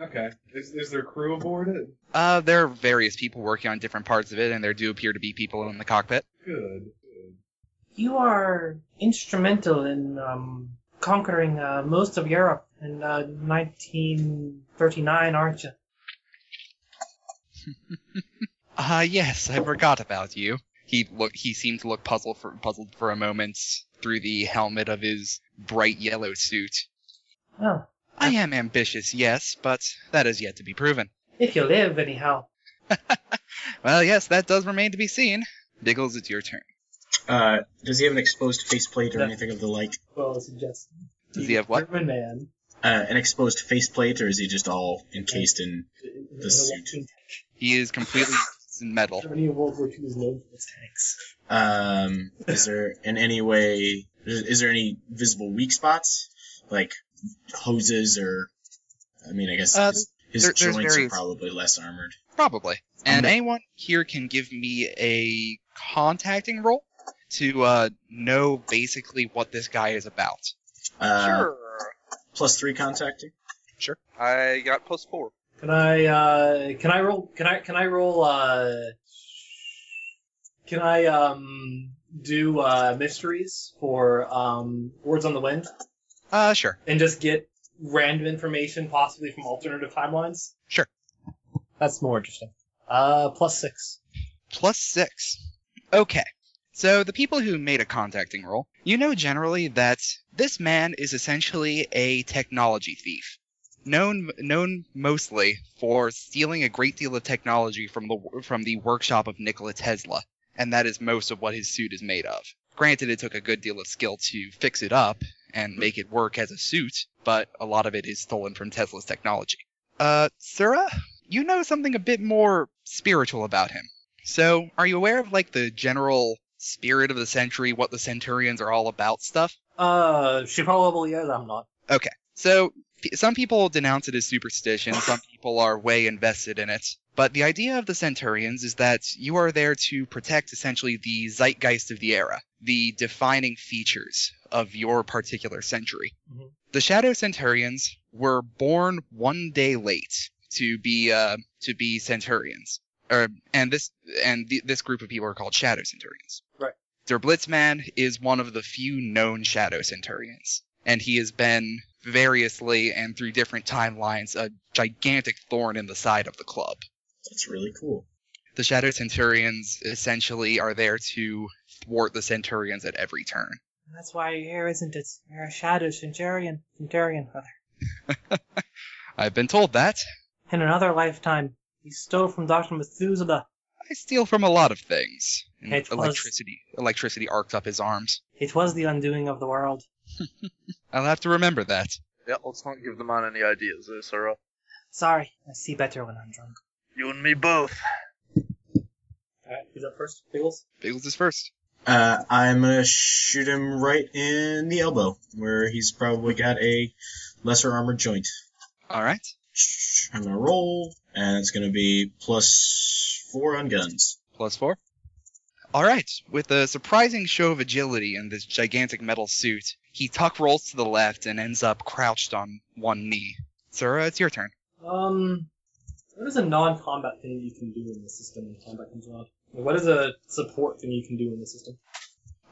S4: Okay. Is is there crew aboard it?
S2: Uh, there are various people working on different parts of it, and there do appear to be people in the cockpit.
S4: Good. good.
S8: You are instrumental in um, conquering uh, most of Europe in uh, 1939, aren't you?
S2: Uh, yes, I forgot about you. He look. He seemed to look puzzled for puzzled for a moment through the helmet of his bright yellow suit.
S8: Oh,
S2: I am ambitious, yes, but that is yet to be proven.
S8: if you live, anyhow.
S2: Well, yes, that does remain to be seen. Diggles, it's your turn.
S6: Uh, does he have an exposed faceplate or
S7: No.
S6: anything of the like?
S7: Well, suggest.
S2: Does he have what?
S7: German man.
S6: Uh, an exposed faceplate, or is he just all encased in?
S7: in- in
S6: The suit.
S7: World War
S2: He is completely in
S7: II.
S2: metal.
S7: Germany in World War II is known for its tanks.
S6: Um, is there in any way? Is, is there any visible weak spots, like hoses or? I mean, I guess
S2: Uh,
S6: his, his
S2: there- there's
S6: joints are
S2: various-
S6: probably less armored.
S2: Probably. And
S6: Okay.
S2: anyone here can give me a contacting roll to uh, know basically what this guy is about.
S6: Uh,
S3: sure.
S6: Plus three contacting.
S3: I got plus four.
S7: Can I? Uh, can I roll? Can I? Can I roll? Uh, can I um, do uh, mysteries for um, words on the wind
S2: Uh, sure.
S7: and just get random information, possibly from alternative timelines?
S2: Sure.
S7: That's more interesting. Uh, plus six.
S2: Plus six. Okay. So the people who made a contacting roll, you know generally that this man is essentially a technology thief, known known mostly for stealing a great deal of technology from the from the workshop of Nikola Tesla, and that is most of what his suit is made of. Granted, it took a good deal of skill to fix it up and make it work as a suit, but a lot of it is stolen from Tesla's technology. Uh, Sura, you know something a bit more spiritual about him. So, are you aware of like the general spirit of the century, what the Centurions are all about stuff?
S7: Uh, she probably is. I'm not.
S2: So, p- some people denounce it as superstition, some people are way invested in it. But the idea of the Centurions is that you are there to protect essentially the zeitgeist of the era, the defining features of your particular century.
S7: Mhm.
S2: The Shadow Centurions were born one day late to be uh, to be Centurions, or and this and th- this group of people are called Shadow Centurions.
S7: Right.
S2: Der Blitzman is one of the few known Shadow Centurions and he has been variously and through different timelines a gigantic thorn in the side of the club.
S6: That's really cool.
S2: The Shadow Centurions essentially are there to thwart the Centurions at every turn.
S8: That's why you're here, isn't it? You're a shadow centurion, centurion, rather.
S2: I've been told that.
S8: In another lifetime, you stole from Dr. Methuselah.
S2: I steal from a lot of things. And
S8: It was-
S2: electricity electricity arced up his arms.
S8: It was the undoing of the world.
S2: I'll have to remember that.
S3: Yeah, let's not give the man any ideas, eh, though, Sarah.
S8: Sorry, I see better when I'm drunk.
S3: You and me both.
S7: All right, who's up first? Biggles.
S2: Biggles is first.
S6: Uh, I'm gonna shoot him right in the elbow, where he's probably got a lesser armored joint.
S2: Alright.
S6: I'm gonna roll, and it's gonna be plus four on guns.
S2: Plus four. All right. With a surprising show of agility in this gigantic metal suit, he tuck rolls to the left and ends up crouched on one knee. Sura, it's your turn.
S7: Um, what is a non-combat thing you can do in the system when combat comes around? What is a support thing you can do in the system?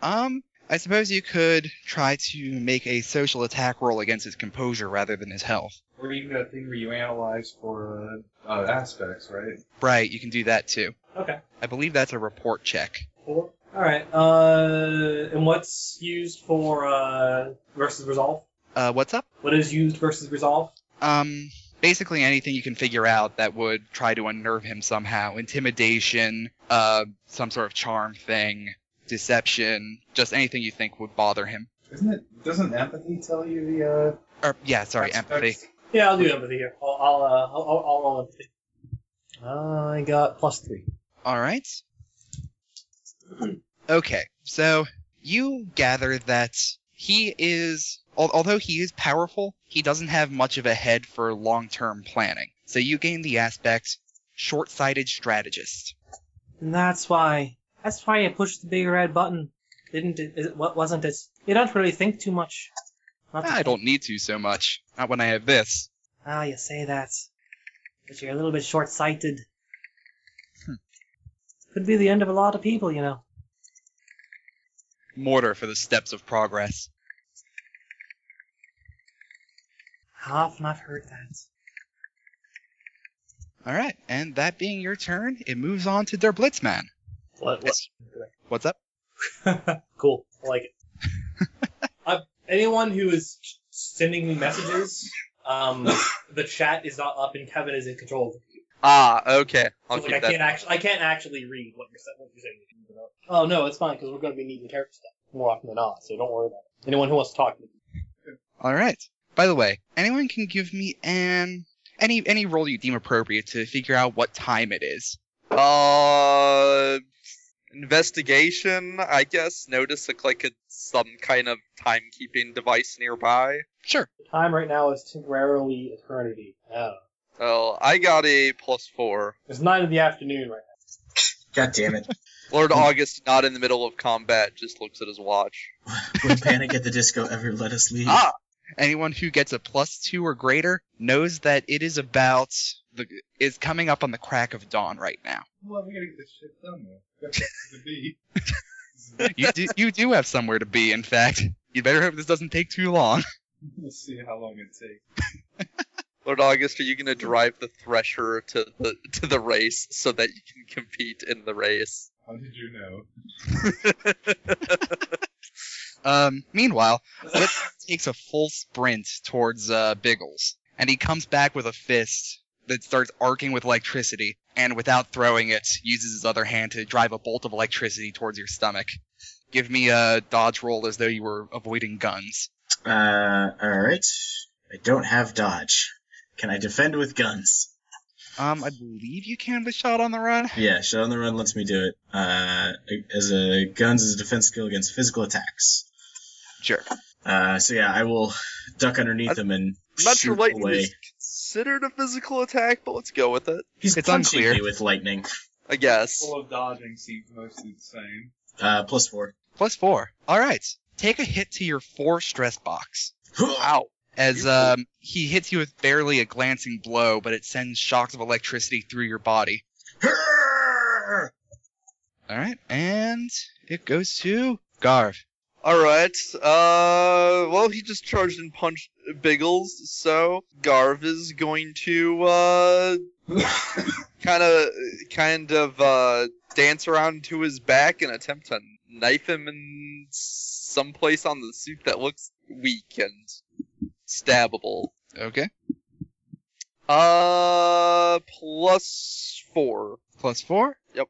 S2: Um, I suppose you could try to make a social attack roll against his composure rather than his health.
S5: Or even that thing where you analyze for uh, uh, aspects, right?
S2: Right, you can do that too.
S7: Okay.
S2: I believe that's a report check.
S7: Four. All right. Uh, and what's used for uh versus resolve?
S2: Uh, what's up?
S7: What is used versus resolve?
S2: Um, basically anything you can figure out that would try to unnerve him somehow. Intimidation, uh, some sort of charm thing, deception, just anything you think would bother him.
S5: Isn't it? Doesn't empathy tell you the uh,
S2: Or yeah, sorry, empathy.
S5: aspects?
S7: Yeah, I'll do empathy here. I'll I'll uh, I'll, I'll, I'll roll empathy. Uh, I got plus three.
S2: All right. Okay, so you gather that he is, al- although he is powerful, he doesn't have much of a head for long-term planning. So you gain the aspect short-sighted strategist.
S8: And that's why. That's why you pushed the big red button. Didn't it? is it- What wasn't it? You don't really think too much. Not to
S2: I don't need to so much. Not when I have this.
S8: Ah, you say that. But you're a little bit short sighted.
S2: Hmm.
S8: Could be the end of a lot of people, you know.
S2: Mortar for the steps of progress.
S8: How often I've heard that.
S2: All right, and that being your turn, it moves on to their Blitzman.
S7: What, what?
S2: What's up?
S7: cool. I like it. i anyone who is sending me messages, um, the chat is not up and Kevin is in control. of it.
S3: Ah, okay. I'll
S7: So, like,
S3: keep
S7: I
S3: that.
S7: can't actually, I can't actually read what you're, sa- what you're saying. Oh no, it's fine because we're going to be needing character stuff more often than not. So don't worry about it. Anyone who wants to talk to me.
S2: All right. By the way, anyone can give me an any any role you deem appropriate to figure out what time it is.
S3: Uh, investigation, I guess. Notice look like it's some kind of timekeeping device nearby.
S2: Sure.
S7: The time right now is temporarily eternity. Oh,
S3: Oh, I got a plus four.
S7: it's nine in the afternoon right
S6: God damn it.
S3: Lord August, not in the middle of combat, just looks at his watch.
S6: Would Panic at the Disco ever let us leave?
S2: Ah. Anyone who gets a plus two or greater knows that it is about the is coming up on the crack of dawn right now.
S5: Well, we gotta get this shit done, though. That's to be.
S2: You do, you do have somewhere to be. In fact, you better hope this doesn't take too long.
S5: Let's see how long it takes.
S3: Lord August, are you gonna drive the thresher to the to the race so that you can compete in the race?
S5: How did you know?
S2: Um, meanwhile, Blitz takes a full sprint towards uh, Biggles, and he comes back with a fist that starts arcing with electricity, and without throwing it, uses his other hand to drive a bolt of electricity towards your stomach. Give me a dodge roll as though you were avoiding guns.
S6: Uh, alright. I don't have dodge. Can I defend with guns?
S2: Um, I believe you can with shot on the run.
S6: Yeah, Shot on the Run lets me do it. Uh, as a guns is a defense skill against physical attacks.
S2: Sure.
S6: Uh, so yeah, I will duck underneath
S3: I-
S6: him and
S3: I'm not sure
S6: shoot
S3: lightning
S6: away.
S3: is considered a physical attack, but let's go with it.
S6: He's
S2: It's
S6: punching
S2: unclear.
S6: me with lightning.
S3: I guess.
S5: Full of dodging seems mostly the same.
S6: Uh, plus four.
S2: Plus four. All right. Take a hit to your four stress box. Wow. As um, he hits you with barely a glancing blow, but it sends shocks of electricity through your body. All right, and it goes to Garv.
S3: All right. Uh, well, he just charged and punched Biggles, so Garv is going to uh, kind of, kind of uh, dance around to his back and attempt to knife him in some place on the suit that looks weak and stabbable.
S2: Okay.
S3: Uh, plus four.
S2: Plus four.
S3: Yep.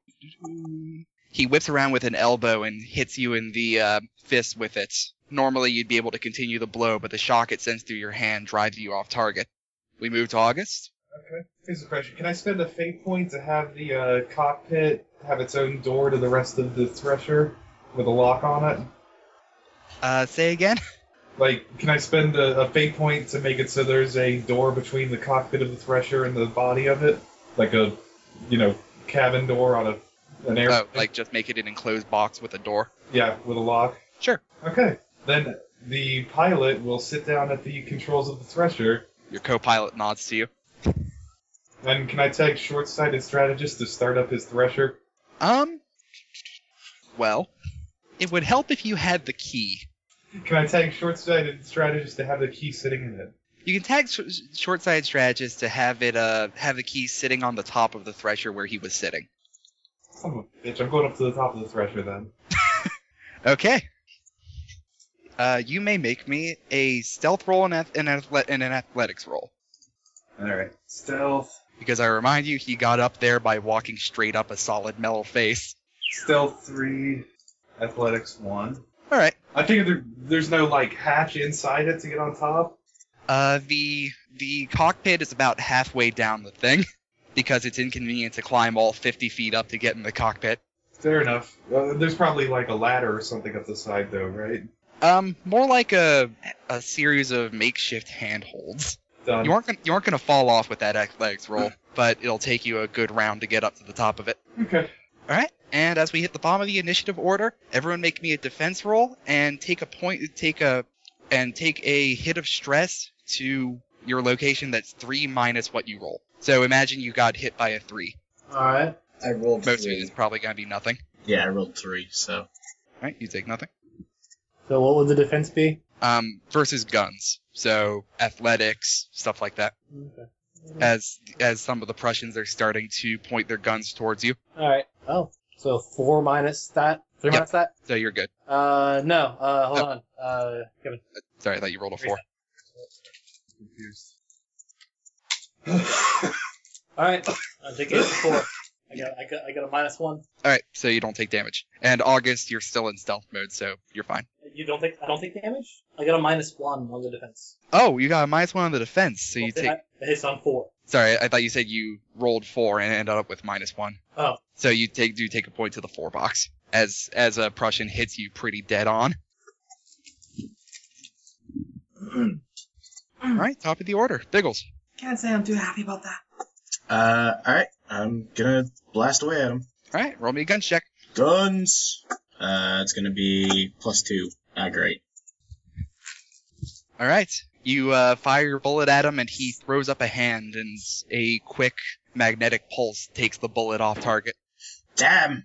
S2: He whips around with an elbow and hits you in the uh, fist with it. Normally, you'd be able to continue the blow, but the shock it sends through your hand drives you off target. We move to August.
S5: Okay. Here's a question. Can I spend a fate point to have the uh, cockpit have its own door to the rest of the thresher with a lock on it?
S2: Uh, say again.
S5: Like, can I spend a, a fate point to make it so there's a door between the cockpit of the thresher and the body of it? Like a, you know, cabin door on a an air.
S2: Oh, like just make it an enclosed box with a door.
S5: Yeah, with a lock.
S2: Sure.
S5: Okay. Then the pilot will sit down at the controls of the thresher.
S2: Your co-pilot nods to you.
S5: And can I tag short-sighted strategist to start up his thresher?
S2: Um. Well, it would help if you had the key.
S5: Can I tag short-sighted strategist to have the key sitting in it?
S2: You can tag sh- short side strategist to have it uh have the key sitting on the top of the thresher where he was sitting.
S5: Son of a bitch! I'm going up to the top of the thresher then.
S2: Okay. Uh, you may make me a stealth roll and, ath- and, athle- and an athletics roll
S5: All right. Stealth.
S2: because I remind you he got up there by walking straight up a solid metal face.
S5: Stealth three. Athletics one.
S2: All right.
S5: I think there, there's no like hatch inside it to get on top.
S2: Uh, the the cockpit is about halfway down the thing because it's inconvenient to climb all 50 feet up to get in the cockpit.
S5: Fair enough. Uh, there's probably like a ladder or something up the side though, right?
S2: Um, more like a a series of makeshift handholds.
S5: Done.
S2: You aren't gonna, you aren't gonna fall off with that athletics roll, but it'll take you a good round to get up to the top of it.
S5: Okay.
S2: All right. And as we hit the bottom of the initiative order, everyone make me a defense roll and take a point, take a, and take a hit of stress to your location. That's three minus what you roll. So imagine you got hit by a three.
S7: All right.
S6: I rolled
S2: Most of it is
S6: three.
S2: probably going to be nothing.
S6: Yeah, I rolled three. So
S2: All right. You take nothing.
S7: So what would the defense be?
S2: Um, versus guns. So athletics, stuff like that.
S7: Okay.
S2: As as some of the Prussians are starting to point their guns towards you.
S7: All right. Oh, so four minus that. Three
S2: Yeah.
S7: minus that.
S2: So you're good.
S7: Uh, no. Uh, hold
S2: No.
S7: on. Uh, Kevin.
S2: Sorry, I thought you rolled a four.
S7: All right. I'll take it. Four. I got, I got, I got a minus one.
S2: All right, so you don't take damage. And August, you're still in stealth mode, so you're fine.
S7: You don't take, I don't take damage. I got a minus one on the defense.
S2: Oh, you got a minus one on the defense, so you
S7: Well,
S2: take.
S7: I- It's on four.
S2: Sorry, I thought you said you rolled four and ended up with minus one.
S7: Oh.
S2: So you take do take a point to the four box as as a Prussian hits you pretty dead on. All right, top of the order, Biggles.
S8: Can't say I'm too happy about that.
S6: uh, all right, I'm gonna blast away at him.
S2: All right, roll me a guns check.
S6: Guns. Uh, it's gonna be plus two. Ah, great.
S2: All right. You uh, fire your bullet at him, and he throws up a hand, and a quick magnetic pulse takes the bullet off target.
S6: Damn.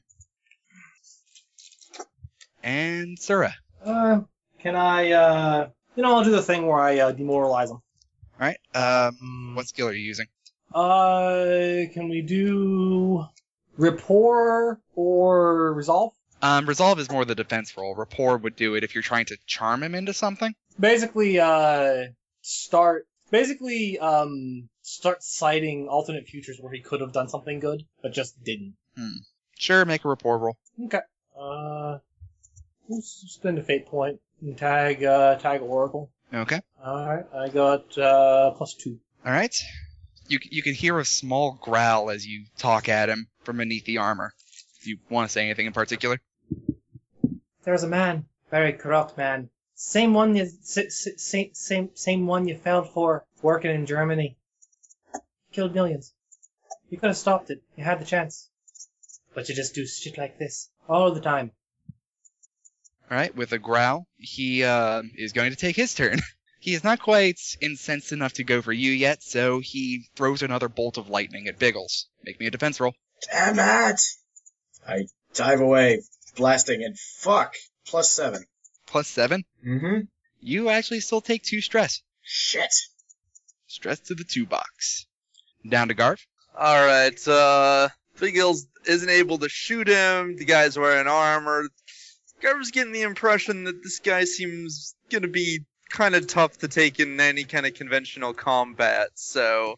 S2: And Sura.
S7: Uh, can I, uh, you know, I'll do the thing where I uh, demoralize them.
S2: All right. Um, what skill are you using?
S7: Uh, can we do rapport or resolve?
S2: Um, resolve is more the defense roll. Rapport would do it if you're trying to charm him into something.
S7: Basically, uh, start. Basically, um, start citing alternate futures where he could have done something good, but just didn't.
S2: Sure, make a rapport roll.
S7: Uh, we'll s- spend a fate point and tag uh, tag Oracle.
S2: Okay.
S7: All right, I got uh, plus two.
S2: All right. You c- you can hear a small growl as you talk at him from beneath the armor. Do you want to say anything in particular?
S8: There was a man, very corrupt man. Same one you same same same one you failed for working in Germany. Killed millions. You could have stopped it. You had the chance. But you just do shit like this all the time.
S2: All right, with a growl, he uh, is going to take his turn. he is not quite incensed enough to go for you yet, so he throws another bolt of lightning at Biggles. Make me a defense roll.
S6: Damn it. I dive away, blasting, and fuck. Plus seven.
S2: Plus seven.
S6: Mm-hmm.
S2: You actually still take two stress.
S6: Shit.
S2: Stress to the two box. Down to Garf.
S3: All right. Uh, Big Hills isn't able to shoot him. The guy's wearing armor. Garver's getting the impression that this guy seems gonna be kind of tough to take in any kind of conventional combat. So,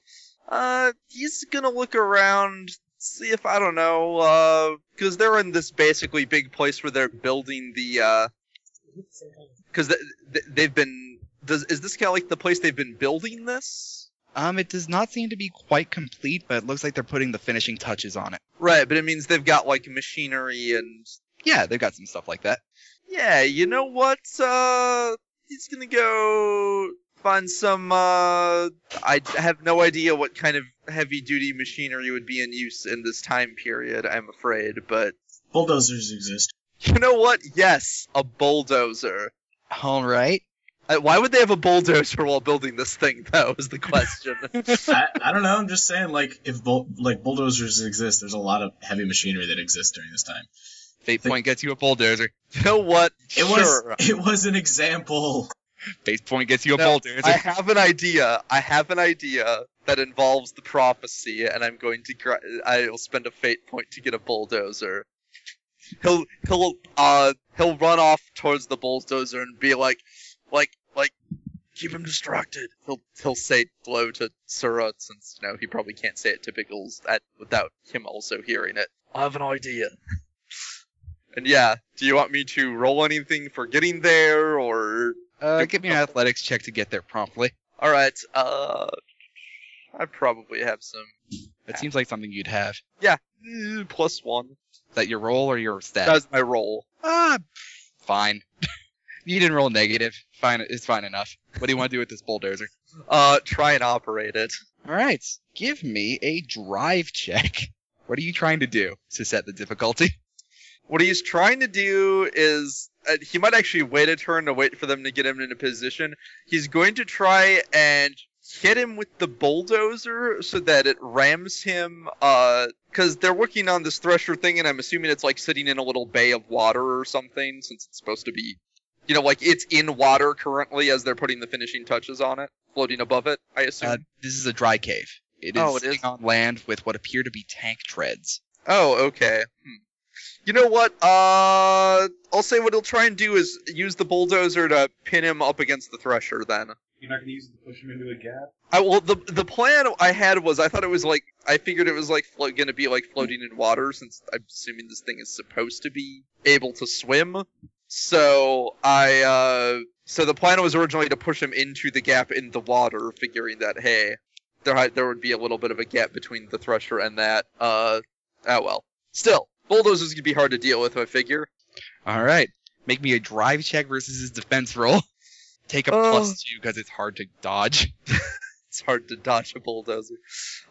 S3: uh, he's gonna look around, see if I don't know, uh, because they're in this basically big place where they're building the uh, because th- th- they've been. Does is this kind of like the place they've been building this?
S2: Um, it does not seem to be quite complete, but it looks like they're putting the finishing touches on it.
S3: Right, but it means they've got like machinery and
S2: Yeah, they've got some stuff like that.
S3: Yeah, you know what? Uh, he's gonna go find some. Uh, I have no idea what kind of heavy-duty machinery would be in use in this time period. I'm afraid, but
S6: Bulldozers exist.
S3: you know what? Yes, a bulldozer.
S2: All right.
S3: Uh, why would they have a bulldozer while building this thing, though? Is the question.
S6: I, I don't know. I'm just saying, like, if bull, like bulldozers exist, there's a lot of heavy machinery that exists during this time.
S2: Fate point gets you a bulldozer.
S3: you know what?
S6: It
S3: sure.
S6: was it was an example.
S2: Fate point gets you a
S3: No,
S2: bulldozer.
S3: I have an idea. I have an idea that involves the prophecy, and I'm going to. Gr- I will spend a fate point to get a bulldozer. He'll he'll uh he'll run off towards the bulldozer and be like, like like, keep him distracted. He'll he'll say low to Surat since you know he probably can't say it to Biggles at, without him also hearing it. I have an idea. And yeah, do you want me to roll anything for getting there or
S2: Uh, give me an athletics check to get there promptly.
S3: All right. Uh, I probably have some.
S2: That seems like something you'd have.
S3: eh, Plus one.
S2: Is that your roll or your stat?
S3: That was my roll.
S2: ah, pff, fine. you didn't roll negative. Fine, it's fine enough. What do you want to do with this bulldozer?
S3: Uh, try and operate it.
S2: All right, give me a drive check. What are you trying to do to set the difficulty?
S3: What he's trying to do is uh, he might actually wait a turn to wait for them to get him in a position. He's going to try and hit him with the bulldozer so that it rams him. Because they're working on this thresher thing, and I'm assuming it's like sitting in a little bay of water or something, since it's supposed to be, you know, like it's in water currently as they're putting the finishing touches on it, floating above it. I assume.
S2: Uh, this is a dry cave. It is,
S3: Oh, it is?
S2: on land with what appear to be tank treads.
S3: Oh, okay. Hmm. You know what? Uh, I'll say what he'll try and do is use the bulldozer to pin him up against the thresher. Then
S4: You're not going to use it to push him into a gap.
S3: I well, the the plan I had was I thought it was like I figured it was like flo- going to be like floating in water since I'm assuming this thing is supposed to be able to swim. So I uh, so the plan was originally to push him into the gap in the water, figuring that hey, there had- there would be a little bit of a gap between the thresher and that. Uh, oh well. Still, bulldozer's gonna be hard to deal with. I figure.
S2: All right. Make me a drive check versus his defense roll. Take a
S3: Oh.
S2: plus two because it's hard to dodge.
S3: it's hard to dodge a bulldozer.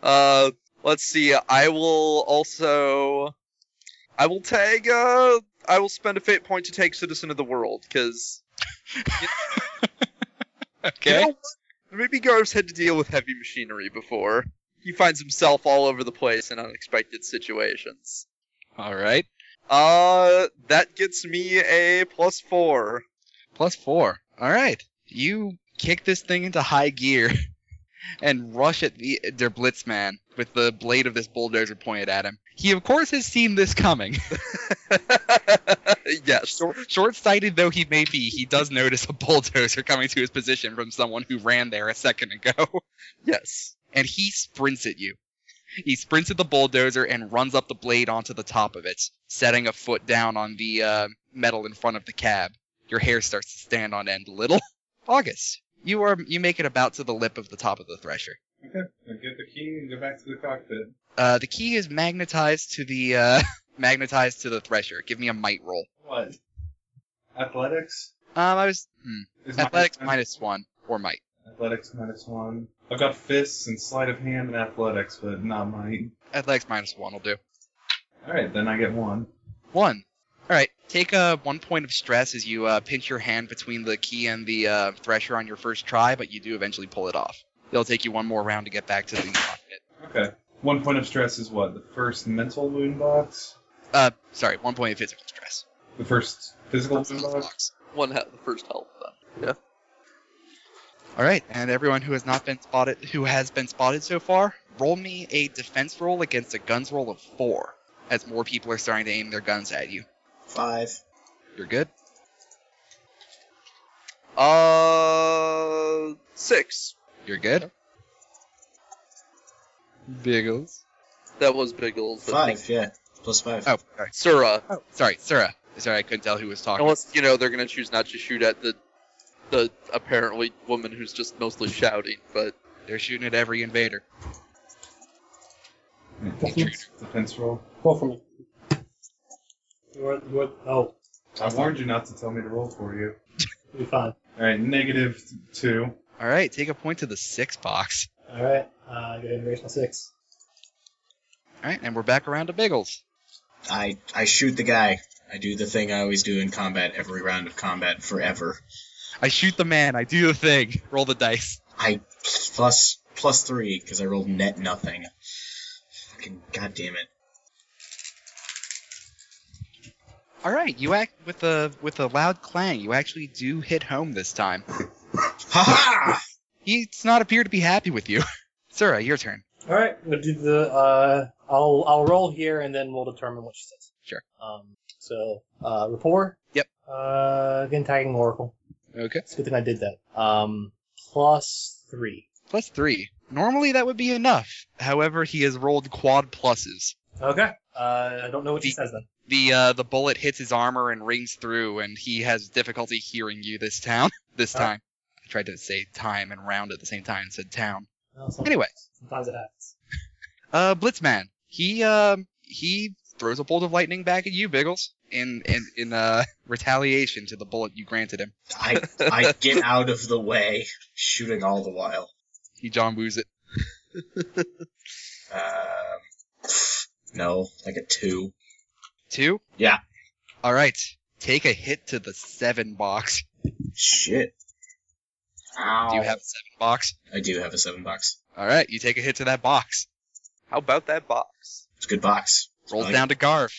S3: Uh, let's see. I will also, I will tag. Uh, I will spend a fate point to take citizen of the world because
S2: Okay.
S3: maybe Garv's had to deal with heavy machinery before. He finds himself all over the place in unexpected situations.
S2: All right.
S3: Uh, that gets me a plus four.
S2: Plus four. All right. You kick this thing into high gear and rush at the their blitz man with the blade of this bulldozer pointed at him. He of course has seen this coming.
S3: yes.
S2: Short sighted though he may be, he does notice a bulldozer coming to his position from someone who ran there a second ago.
S3: Yes.
S2: and he sprints at you. He sprints at the bulldozer and runs up the blade onto the top of it, setting a foot down on the uh, metal in front of the cab. Your hair starts to stand on end a little. August, you are you make it about to the lip of the top of the thresher.
S5: Okay, I get the key and go back to the cockpit.
S2: Uh, the key is magnetized to the uh, magnetized to the thresher. Give me a might roll.
S5: What? Athletics?
S2: Um, I was hmm,
S5: Is my-
S2: athletics minus one or might.
S5: Athletics minus one. I've got fists and sleight of hand and athletics, but not mine.
S2: Athletics minus one will do.
S5: All right, then I get one.
S2: One. All right. Take uh, one point of stress as you uh, pinch your hand between the key and the uh, thresher on your first try, but you do eventually pull it off. It'll take you one more round to get back to the cockpit.
S5: Okay. One point of stress is what? The first mental wound box?
S2: Uh, sorry, one point of physical stress.
S5: The first physical wound box?
S3: One he- the first help. Then.
S2: All right, and everyone who has not been spotted, who has been spotted so far, roll me a defense roll against a guns roll of four, as more people are starting to aim their guns at you.
S6: Five.
S2: You're good.
S3: Uh, six.
S2: You're good. Biggles.
S3: That was Biggles. I think.
S6: Five, yeah. Plus five.
S2: Oh, sorry.
S3: Sura.
S2: Oh, sorry, Sarah. Sorry, I couldn't tell who was talking.
S3: Unless you know they're gonna choose not to shoot at the the apparently woman who's just mostly shouting, but
S2: They're shooting at every invader.
S5: Defense, defense roll.
S7: Roll for me. You are, you are, oh,
S5: I warned you not to tell me to roll for you.
S7: you'll be fine.
S5: All right, negative t- two.
S2: All right, take a point to the six box.
S7: All right. Uh, I got to raise my six.
S2: All right, and we're back around to Biggles.
S6: I, I shoot the guy. I do the thing I always do in combat every round of combat forever.
S2: I shoot the man. I do the thing. Roll the dice.
S6: I plus plus three because I rolled net nothing. Fucking goddamn it!
S2: All right, you act with a with a loud clang. You actually do hit home this time.
S6: Ha ha!
S2: He does not appear to be happy with you. Sarah, your turn.
S7: All right. We'll do the. Uh, I'll I'll roll here and then we'll determine what she says.
S2: Sure.
S7: Um. So uh, rapport.
S2: Yep.
S7: Uh, again, tagging Oracle.
S2: Okay.
S7: It's a good thing I did that. Um, plus three.
S2: Plus three. Normally that would be enough. However, he has rolled quad pluses.
S7: Okay. Uh, I don't know what she says then.
S2: The uh, the bullet hits his armor and rings through, and he has difficulty hearing you this town. This
S6: Uh.
S7: Ah.
S2: time, I tried to say time and round at the same time and said town.
S7: Well, some-
S2: Anyway.
S7: sometimes it happens.
S2: Uh, Blitzman. He um he throws a bolt of lightning back at you, Biggles, in in in uh retaliation to the bullet you granted him.
S6: I I get out of the way, shooting all the while.
S2: He John Woo's it.
S6: Um, No, like a two.
S2: Two?
S6: Yeah.
S2: All right. Take a hit to the seven box.
S6: Shit. Ow.
S2: Do you have a seven box?
S6: I do have a seven box.
S2: All right. You take a hit to that box.
S3: How about that box?
S6: It's a good box.
S2: Rolls
S6: Like-
S2: down to Garv.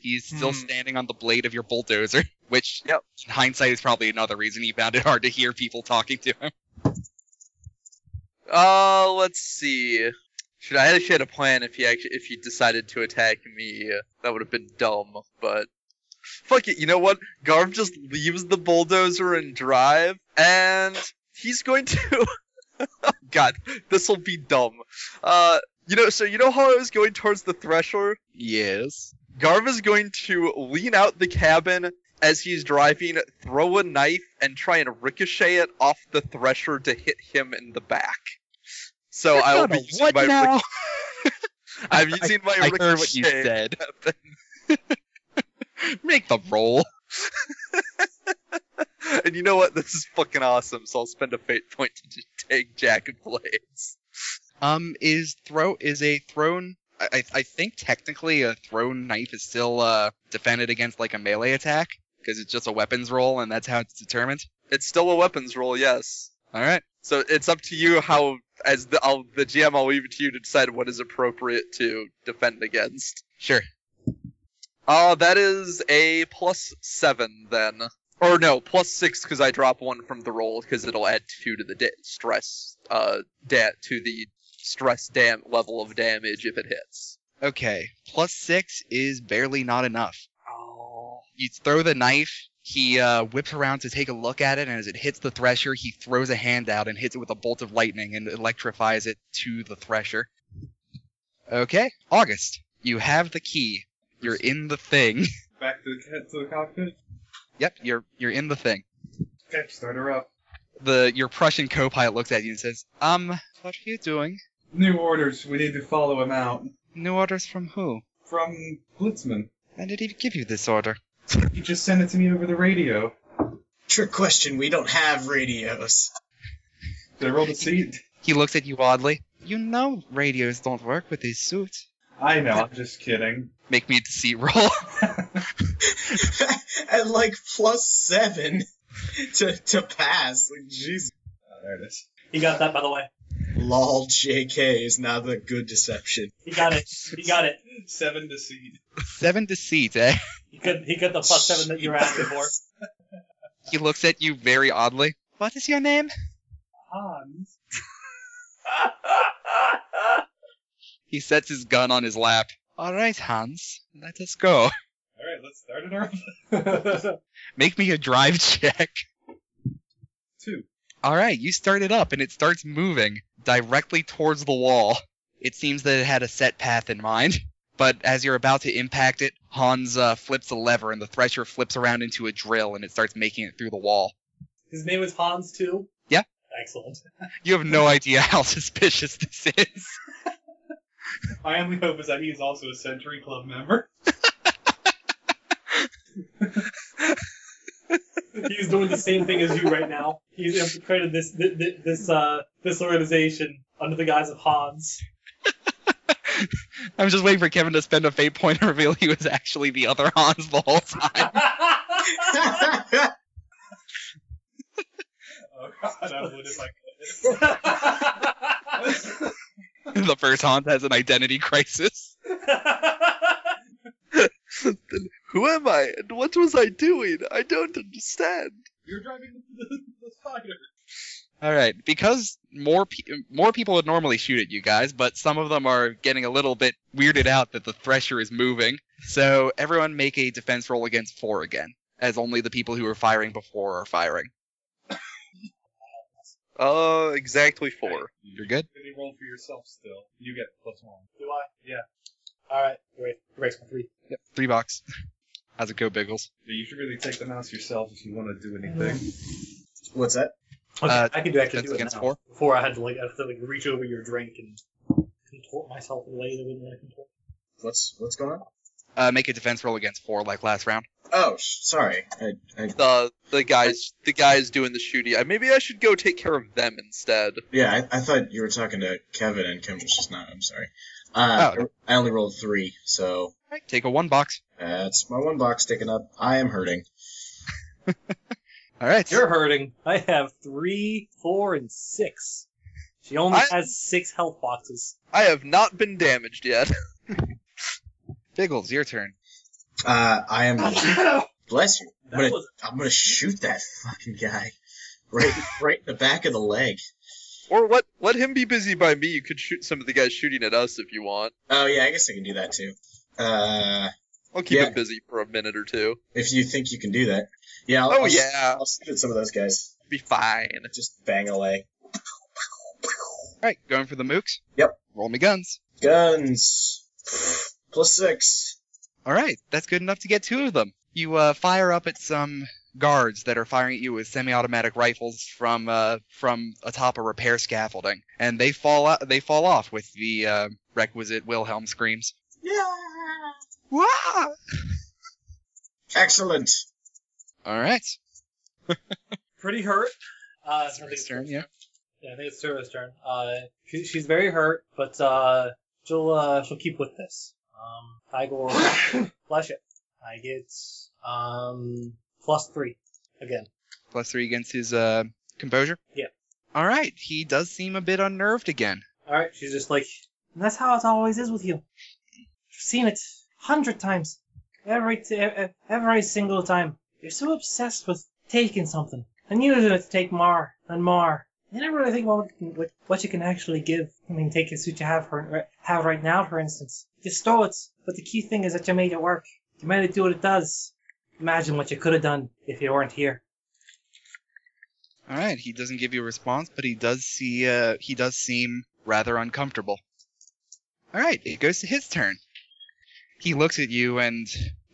S2: He's still
S3: Hmm.
S2: standing on the blade of your bulldozer, which
S3: Yep.
S2: in hindsight is probably another reason he found it hard to hear people talking to him.
S3: Uh, let's see. Should I actually had a plan if he actually if he decided to attack me? That would have been dumb, but fuck it. You know what? Garv just leaves the bulldozer and drive, and he's going to. God, this will be dumb. Uh, you know, so you know how I was going towards the thresher.
S2: Yes.
S3: Garv is going to lean out the cabin as he's driving, throw a knife, and try and ricochet it off the thresher to hit him in the back. So I will be using
S2: what
S3: my
S2: now?
S3: I'm using my
S2: I
S3: ricochet.
S2: heard what you said. Make the roll.
S3: And you know what? This is fucking awesome. So I'll spend a fate point to just take Jack and Blades.
S2: Um, is throw is a thrown. I, I- I think technically a thrown knife is still uh defended against like a melee attack because it's just a weapons roll and that's how it's determined.
S3: It's still a weapons roll, yes.
S2: All right.
S3: So it's up to you how, as the I'll, the GM, I'll leave it to you to decide what is appropriate to defend against.
S2: Sure.
S3: Uh, that is a plus seven then. Or no, plus six because I drop one from the roll because it'll add two to the da- stress, uh, da- to the stress dam level of damage if it hits.
S2: Okay. Plus six is barely not enough. Oh. You throw the knife. He uh, whips around to take a look at it, and as it hits the thresher, he throws a hand out and hits it with a bolt of lightning and electrifies it to the thresher. Okay, August, you have the key. You're in the thing.
S5: Back to the ca- to the cockpit.
S2: yep, you're you're in the thing.
S5: Okay, start her up.
S2: The your Prussian co-pilot looks at you and says, "Um, what are you doing?
S5: New orders. We need to follow him out
S2: New orders from who?
S5: from Blitzman.
S2: And did he give you this order?"
S5: He just sent it to me over the radio.
S6: Trick question. We don't have radios.
S5: Did I roll the seat?
S2: He looks at you oddly. You know radios don't work with his suit.
S5: I know. I'm just kidding.
S2: Make me a deceit roll.
S6: At like plus seven to to pass. Like jeez.
S5: Oh, there it is.
S7: He got that, by the way.
S6: Lol. JK is now the good deception.
S7: He got it. He got it.
S5: Seven to seed.
S2: Seven deceit, eh?
S7: He got, he got the plus seven that you were asking for.
S2: He looks at you very oddly. What is your name?
S7: Hans.
S2: He sets his gun on his lap. All right, Hans, let us go.
S5: All right, let's start it up.
S2: Make me a drive check.
S5: Two.
S2: All right, you start it up, and it starts moving directly towards the wall. It seems that it had a set path in mind, but as you're about to impact it, Hans uh, flips a lever, and the thresher flips around into a drill, and it starts making it through the wall.
S7: His name is Hans too.
S2: Yeah.
S7: Excellent.
S2: You have no idea how suspicious this is.
S4: My only hope is that he is also a Century Club member.
S7: He's doing the same thing as you right now. He's infiltrated this thi- thi- this uh, this organization under the guise of Hans.
S2: I'm just waiting for Kevin to spend a fate point and reveal he was actually the other Hans the whole time.
S4: Oh god, I would if I could.
S2: the first Hans has an identity crisis.
S3: Who am I? And what was I doing? I don't understand.
S4: You're driving the, the, the spider.
S2: All right, because more pe- more people would normally shoot at you guys, but some of them are getting a little bit weirded out that the thresher is moving. So everyone make a defense roll against four again, as only the people who were firing before are firing.
S3: Uh, exactly four.
S2: You're good.
S5: Did he roll for yourself still? You get plus one.
S7: Do I?
S5: Yeah.
S7: All right. Erase, erase my three.
S2: Three bucks. How's it go, Biggles?
S5: Yeah, you should really take the mouse yourself if you want to do anything.
S6: What's that?
S7: Okay,
S2: Uh,
S7: I can do actually
S2: defense
S7: do it
S2: against
S7: now.
S2: four?
S7: Before I had to like, I had to like reach over your drink and contort myself in a way that I wouldn't want to contort.
S6: What's what's going on?
S2: Uh, make a defense roll against four like last round.
S6: Oh, sh- sorry. I, I,
S3: The the guys the guys doing the shooting. I- Maybe I should go take care of them instead.
S6: yeah, I, I thought you were talking to Kevin and Kim was just not. I'm sorry. Uh,
S3: Oh.
S6: I only rolled three, so
S2: Right, take a one box.
S6: that's my one box taken up. I am hurting.
S2: All right.
S7: You're hurting. I have three, four, and six. She only
S3: I-
S7: has six health boxes.
S3: I have not been damaged yet.
S2: Biggles, your turn.
S6: Uh, I am.
S7: that
S6: Bless you. I'm gonna,
S7: was
S6: I'm gonna shoot that fucking guy right, right in the back of the leg.
S3: Or what? Let him be busy by me. You could shoot some of the guys shooting at us if you want.
S6: Oh yeah, I guess I can do that too. Uh,
S3: I'll keep
S6: Yeah.
S3: him busy for a minute or two.
S6: if you think you can do that, yeah. I'll,
S3: Oh
S6: I'll,
S3: yeah,
S6: I'll shoot at some of those guys.
S3: be fine.
S6: Just bang away.
S2: All right, going for the mooks.
S6: Yep.
S2: Roll me guns.
S6: Guns. Plus six.
S2: All right, that's good enough to get two of them. You uh, fire up at some guards that are firing at you with semi-automatic rifles from uh, from atop a repair scaffolding, and they fall out, they fall off with the uh, requisite Wilhelm screams.
S6: Yeah.
S2: Wah!
S6: Excellent.
S2: All right,
S7: pretty hurt. Uh, I think
S2: Sarah's
S7: it's-
S2: turn, yeah.
S7: Yeah, I think it's Sarah's turn. Uh, she, she's very hurt, but uh, she'll uh, she'll keep with this. Um, I go flush it. I get um plus three again.
S2: plus three against his uh, composure.
S7: Yeah.
S2: All right, he does seem a bit unnerved again.
S7: All right, she's just like
S8: That's how it always is with you. I've seen it a hundred times. Every, t- e- every single time. You're so obsessed with taking something. And you just take more and more. You never really think about what you can- what, what you can actually give. I mean, take the suit you have, for, have right now, for instance. You stole it, but the key thing is that you made it work. You made it do what it does. Imagine what you could have done if you weren't here.
S2: All right, he doesn't give you a response, but he does see uh, he does seem rather uncomfortable. All right, it goes to his turn. He looks at you and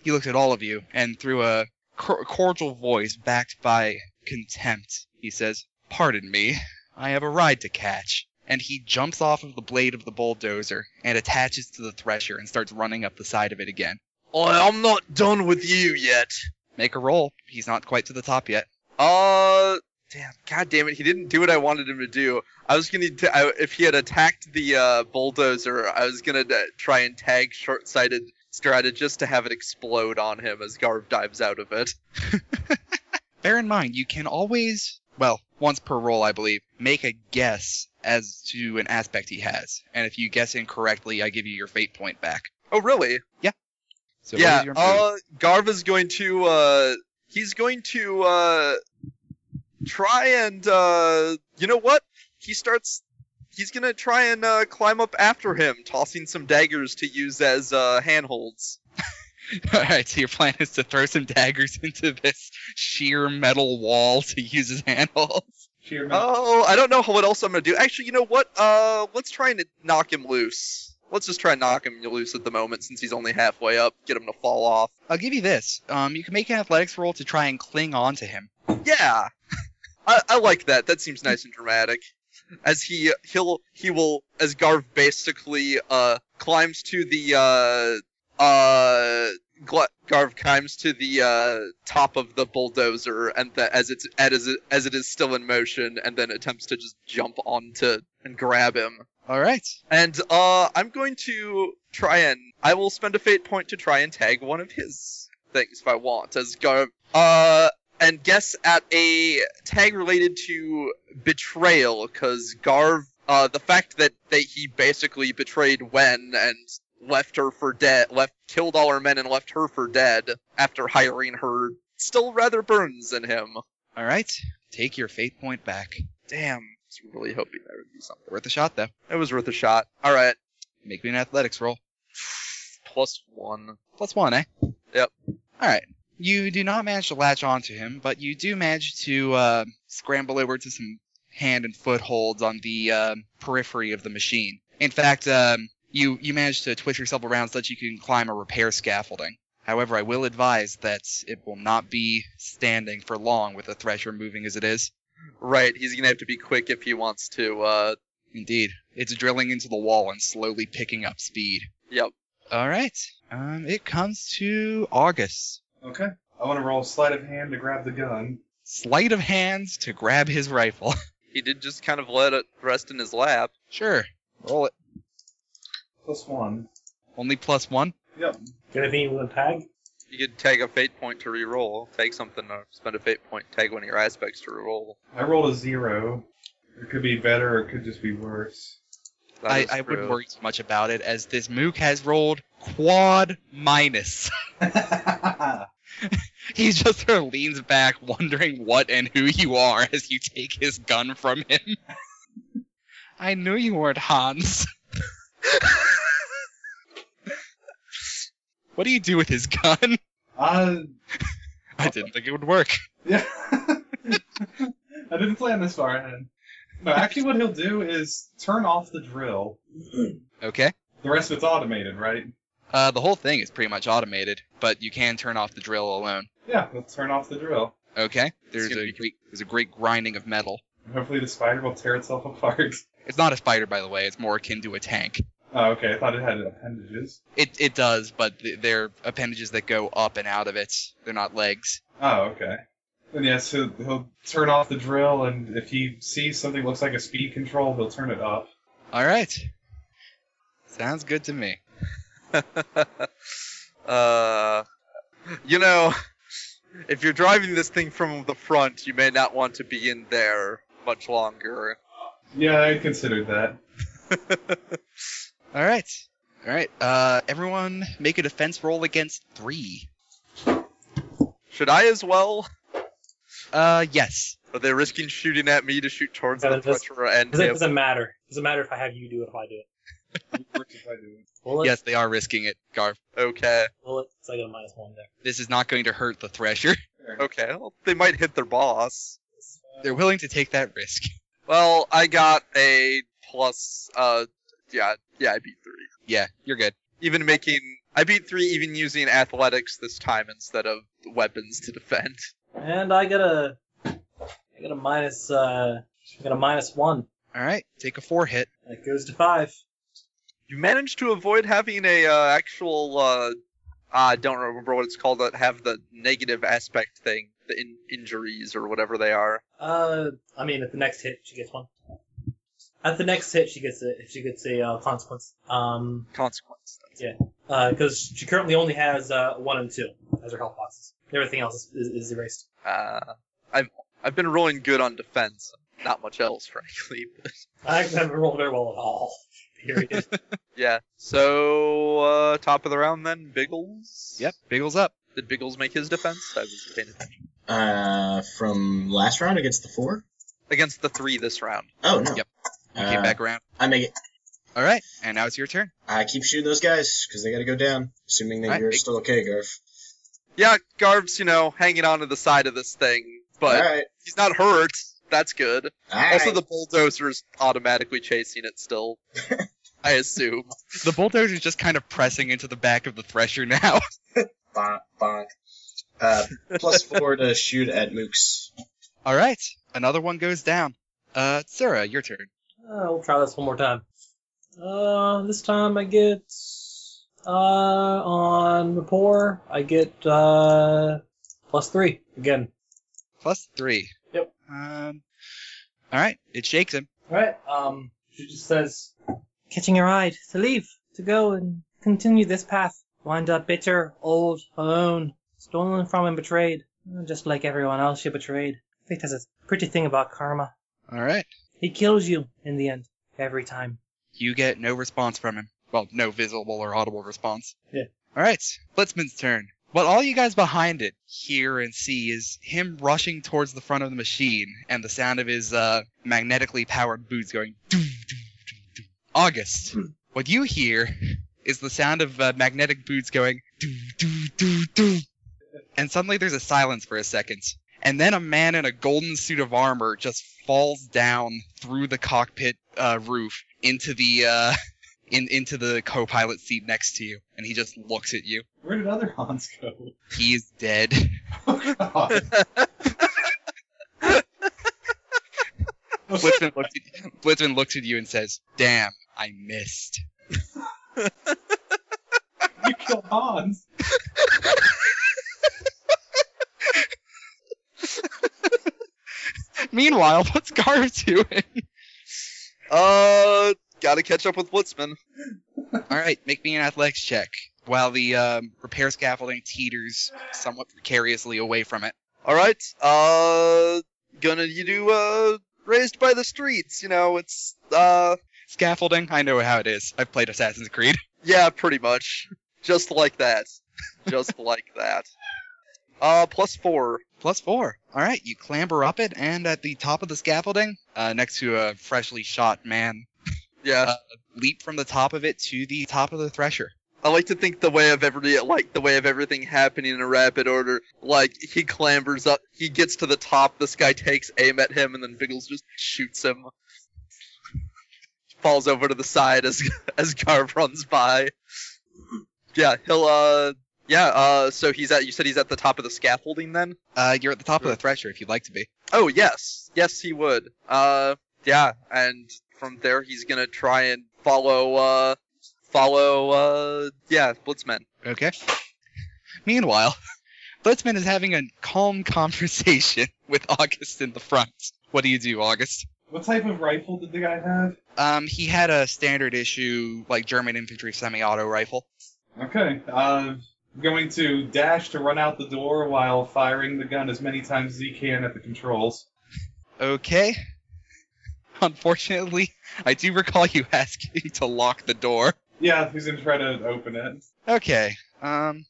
S2: he looks at all of you, and through a cor- cordial voice backed by contempt, he says, "Pardon me, I have a ride to catch." And he jumps off of the blade of the bulldozer and attaches to the thresher and starts running up the side of it again.
S3: I, I'm not done with you yet.
S2: Make a roll. He's not quite to the top yet.
S3: Uh, damn. God damn it. He didn't do what I wanted him to do. I was gonna. ta- I, if he had attacked the uh, bulldozer, I was gonna d- try and tag short-sighted strategist to have it explode on him as Garv dives out of it.
S2: bear in mind you can always well once per roll i believe make a guess as to an aspect he has and if you guess incorrectly i give you your fate point back
S3: Oh, really?
S2: so what
S3: yeah.
S2: is your move?
S3: Uh, Garv is going to. Uh, he's going to uh, try and. Uh, you know what? He starts. He's gonna try and uh, climb up after him, tossing some daggers to use as uh, handholds.
S2: all right uh, so your plan is to throw some daggers into this sheer metal wall to use as handle
S4: Sheer amount.
S3: Oh, I don't know what else I'm gonna do. Actually, you know what? Uh, let's try and knock him loose. Let's just try and knock him loose at the moment since he's only halfway up. Get him to fall off.
S2: i'll give you this um, you can make an athletics roll to try and cling on to him
S3: Yeah, I, I like that. That seems nice and dramatic. As he he'll he will as Garv basically uh climbs to the uh uh Gla- Garv climbs to the uh top of the bulldozer and the, as it's as it, as it is still in motion and then attempts to just jump onto and grab him.
S2: all right
S3: And uh, I'm going to try and I will spend a fate point to try and tag one of his things if I want as go uh and guess at a tag related to betrayal because Garv uh the fact that that he basically betrayed Wen and left her for dead left killed all her men and left her for dead after hiring her still rather burns in him.
S2: all right take your fate point back
S3: Damn, I was really hoping that would be something.
S2: worth a shot though
S3: It was worth a shot. All right,
S2: make me an athletics roll
S3: plus one.
S2: plus one, eh?
S3: Yep.
S2: All right. You do not manage to latch onto him, but you do manage to uh, scramble over to some hand and footholds on the um periphery of the machine. In fact, um, you you manage to twist yourself around so that you can climb a repair scaffolding. However, I will advise that it will not be standing for long with the thresher moving as it is.
S3: Right, he's gonna have to be quick if he wants to. Uh,
S2: Indeed, it's drilling into the wall and slowly picking up speed.
S3: Yep.
S2: All right. Um, it comes to August.
S5: Okay. I want to roll sleight of hand to grab the gun.
S2: Sleight of hands to grab his rifle.
S3: He did just kind of let it rest in his lap.
S2: sure. Roll it.
S5: Plus one.
S2: Only plus one.
S7: Gonna be with a tag.
S3: You could tag a fate point to re-roll. Tag something or spend a fate point. Tag one of your aspects to re-roll.
S5: I rolled a zero. It could be better or it could just be worse.
S3: That
S2: I,
S3: is
S2: I
S3: true.
S2: wouldn't worry too much about it as this mook has rolled quad minus. he just sort of leans back, wondering what and who you are as you take his gun from him. I knew you weren't Hans. what do you do with his gun?
S5: uh,
S3: Uh,
S2: I didn't think it would work.
S5: yeah. I didn't plan this far ahead. No, actually, what he'll do is turn off the drill.
S2: Okay.
S5: The rest of it's automated, right?
S2: Uh, the whole thing is pretty much automated, but you can turn off the drill alone.
S5: Yeah, he'll turn off the drill.
S2: Okay. There's
S3: gonna
S2: a
S3: be-
S2: great, there's a great grinding of metal.
S5: Hopefully, the spider will tear itself apart.
S2: It's not a spider, by the way. It's more akin to a tank.
S5: Oh, okay. I thought it had appendages.
S2: It it does, but th- they're appendages that go up and out of it. They're not legs.
S5: Oh, okay. And yes, he'll, he'll turn off the drill, and if he sees something that looks like a speed control, he'll turn it up.
S2: All right. Sounds good to me.
S3: uh, you know, if you're driving this thing from the front, you may not want to be in there much longer.
S5: Yeah, I considered that.
S2: All right. All right. Uh, everyone, make a defense roll against three.
S3: Should I as well?
S2: Uh, yes.
S3: Are they risking shooting at me to shoot towards
S7: Yeah,
S3: the
S7: that's-
S3: threatener and
S7: Does it
S3: him?
S7: doesn't matter. Doesn't matter if I have you do it if I do it. Will it?
S2: Yes, they are risking it, Garv.
S3: Okay,
S7: Will it? So I get a minus one there.
S2: This is not going to hurt the Thresher.
S3: okay. Well, they might hit their boss.
S2: They're willing to take that risk.
S3: Well, I got a plus. Uh, yeah, yeah, I beat three.
S2: Yeah, you're good.
S3: Even making, I beat three, even using athletics this time instead of weapons to defend.
S7: And I get a, I get a minus, uh, I get a minus one.
S2: All right. Take a four hit.
S7: That goes to five.
S3: You managed to avoid having a uh, actual. Uh, I don't remember what it's called that have the negative aspect thing, the in- injuries or whatever they are.
S7: Uh, I mean, at the next hit, she gets one. At the next hit, she gets a she gets a uh, consequence. Um,
S3: Consequence.
S7: because she currently only has uh one and two as her health boxes. Everything else is, is, is erased.
S3: Uh, I've I've been rolling good on defense, not much else, frankly.
S7: I haven't rolled very well at all. Period.
S3: yeah. So uh, top of the round then, Biggles.
S2: Yep. Biggles up.
S3: Did Biggles make his defense? I was paying attention.
S6: Uh, from last round against the four.
S3: Against the three this round.
S6: Oh no.
S2: Yep. You
S6: Uh,
S2: came back around.
S6: I make it.
S2: All right. And now it's your turn.
S6: I keep shooting those guys because they got to go down. Assuming that
S2: Alright,
S6: you're
S2: make-
S6: still okay, Garf.
S3: Yeah, Garv's you know hanging on to the side of this thing, but
S6: all right.
S3: he's not hurt. That's good.
S6: All
S3: also,
S6: right.
S3: the bulldozer's automatically chasing it still. I assume.
S2: The bulldozer is just kind of pressing into the back of the Thresher now.
S6: bonk, bonk. Uh, plus four to shoot at Mooks.
S2: All right. Another one goes down. Uh, Sarah, your turn.
S7: Uh, we'll try this one more time. Uh, this time I get uh on rapport. I get uh plus three again.
S2: Plus three.
S7: Yep.
S2: Um. All right. It shakes him.
S7: All right. Um, she just says,
S8: Catching a ride to leave, to go and continue this path. Wind up bitter, old, alone, stolen from and betrayed. Uh, Just like everyone else you betrayed. Fate has a pretty thing about karma.
S2: All right.
S8: He kills you in the end, every time.
S2: You get no response from him. Well, no visible or audible response.
S7: Yeah.
S2: All right. Blitzman's turn. What all you guys behind it hear and see is him rushing towards the front of the machine and the sound of his uh, magnetically powered boots going. Doom, doom, doom, doom. August. What you hear is the sound of uh, magnetic boots going. Doom, doom, doom, doom. And suddenly there's a silence for a second. And then a man in a golden suit of armor just falls down through the cockpit uh, roof into the uh, in into the co-pilot seat next to you, and he just looks at you.
S5: Where did other Hans go?
S2: He is dead.
S5: Oh, God.
S2: Blitzman looks at, Blitzman looks at you and says, "Damn, I missed."
S5: you kill Hans.
S2: Meanwhile, what's Garv doing?
S3: Uh, gotta catch up with Blitzman.
S2: All right, make me an athletics check while the um, repair scaffolding teeters somewhat precariously away from it.
S3: All right. Uh, gonna you do uh raised by the streets. You know, it's uh
S2: Scaffolding, I know how it is. I've played Assassin's Creed.
S3: yeah, pretty much just like that, just like that. Uh, plus four.
S2: Plus four. All right, you clamber up it, and at the top of the scaffolding, uh, next to a freshly shot man,
S3: Yeah,
S2: Uh, leap from the top of it to the top of the thresher.
S3: I like to think the way of every like the way of everything happening in a rapid order. Like he clambers up, he gets to the top. This guy takes aim at him, and then Biggles just shoots him. Falls over to the side as as Garv runs by. Yeah, he'll uh yeah uh so he's at you said he's at the top of the scaffolding then.
S2: Uh, you're at the top of the thresher if you'd like to be.
S3: Oh yes, yes he would. Uh, yeah, and from there he's gonna try and follow, uh, follow, uh, yeah, Blitzman.
S2: Okay. Meanwhile, Blitzman is having a calm conversation with August in the front. What do you do, August?
S5: What type of rifle did the guy have?
S2: Um, he had a standard issue, like German infantry semi-auto rifle.
S5: Okay. Uh, I'm going to dash to run out the door while firing the gun as many times as he can at the controls.
S2: Okay. Unfortunately, I do recall you asking to lock the door.
S5: Yeah, he's gonna try to open it.
S2: Okay. Um.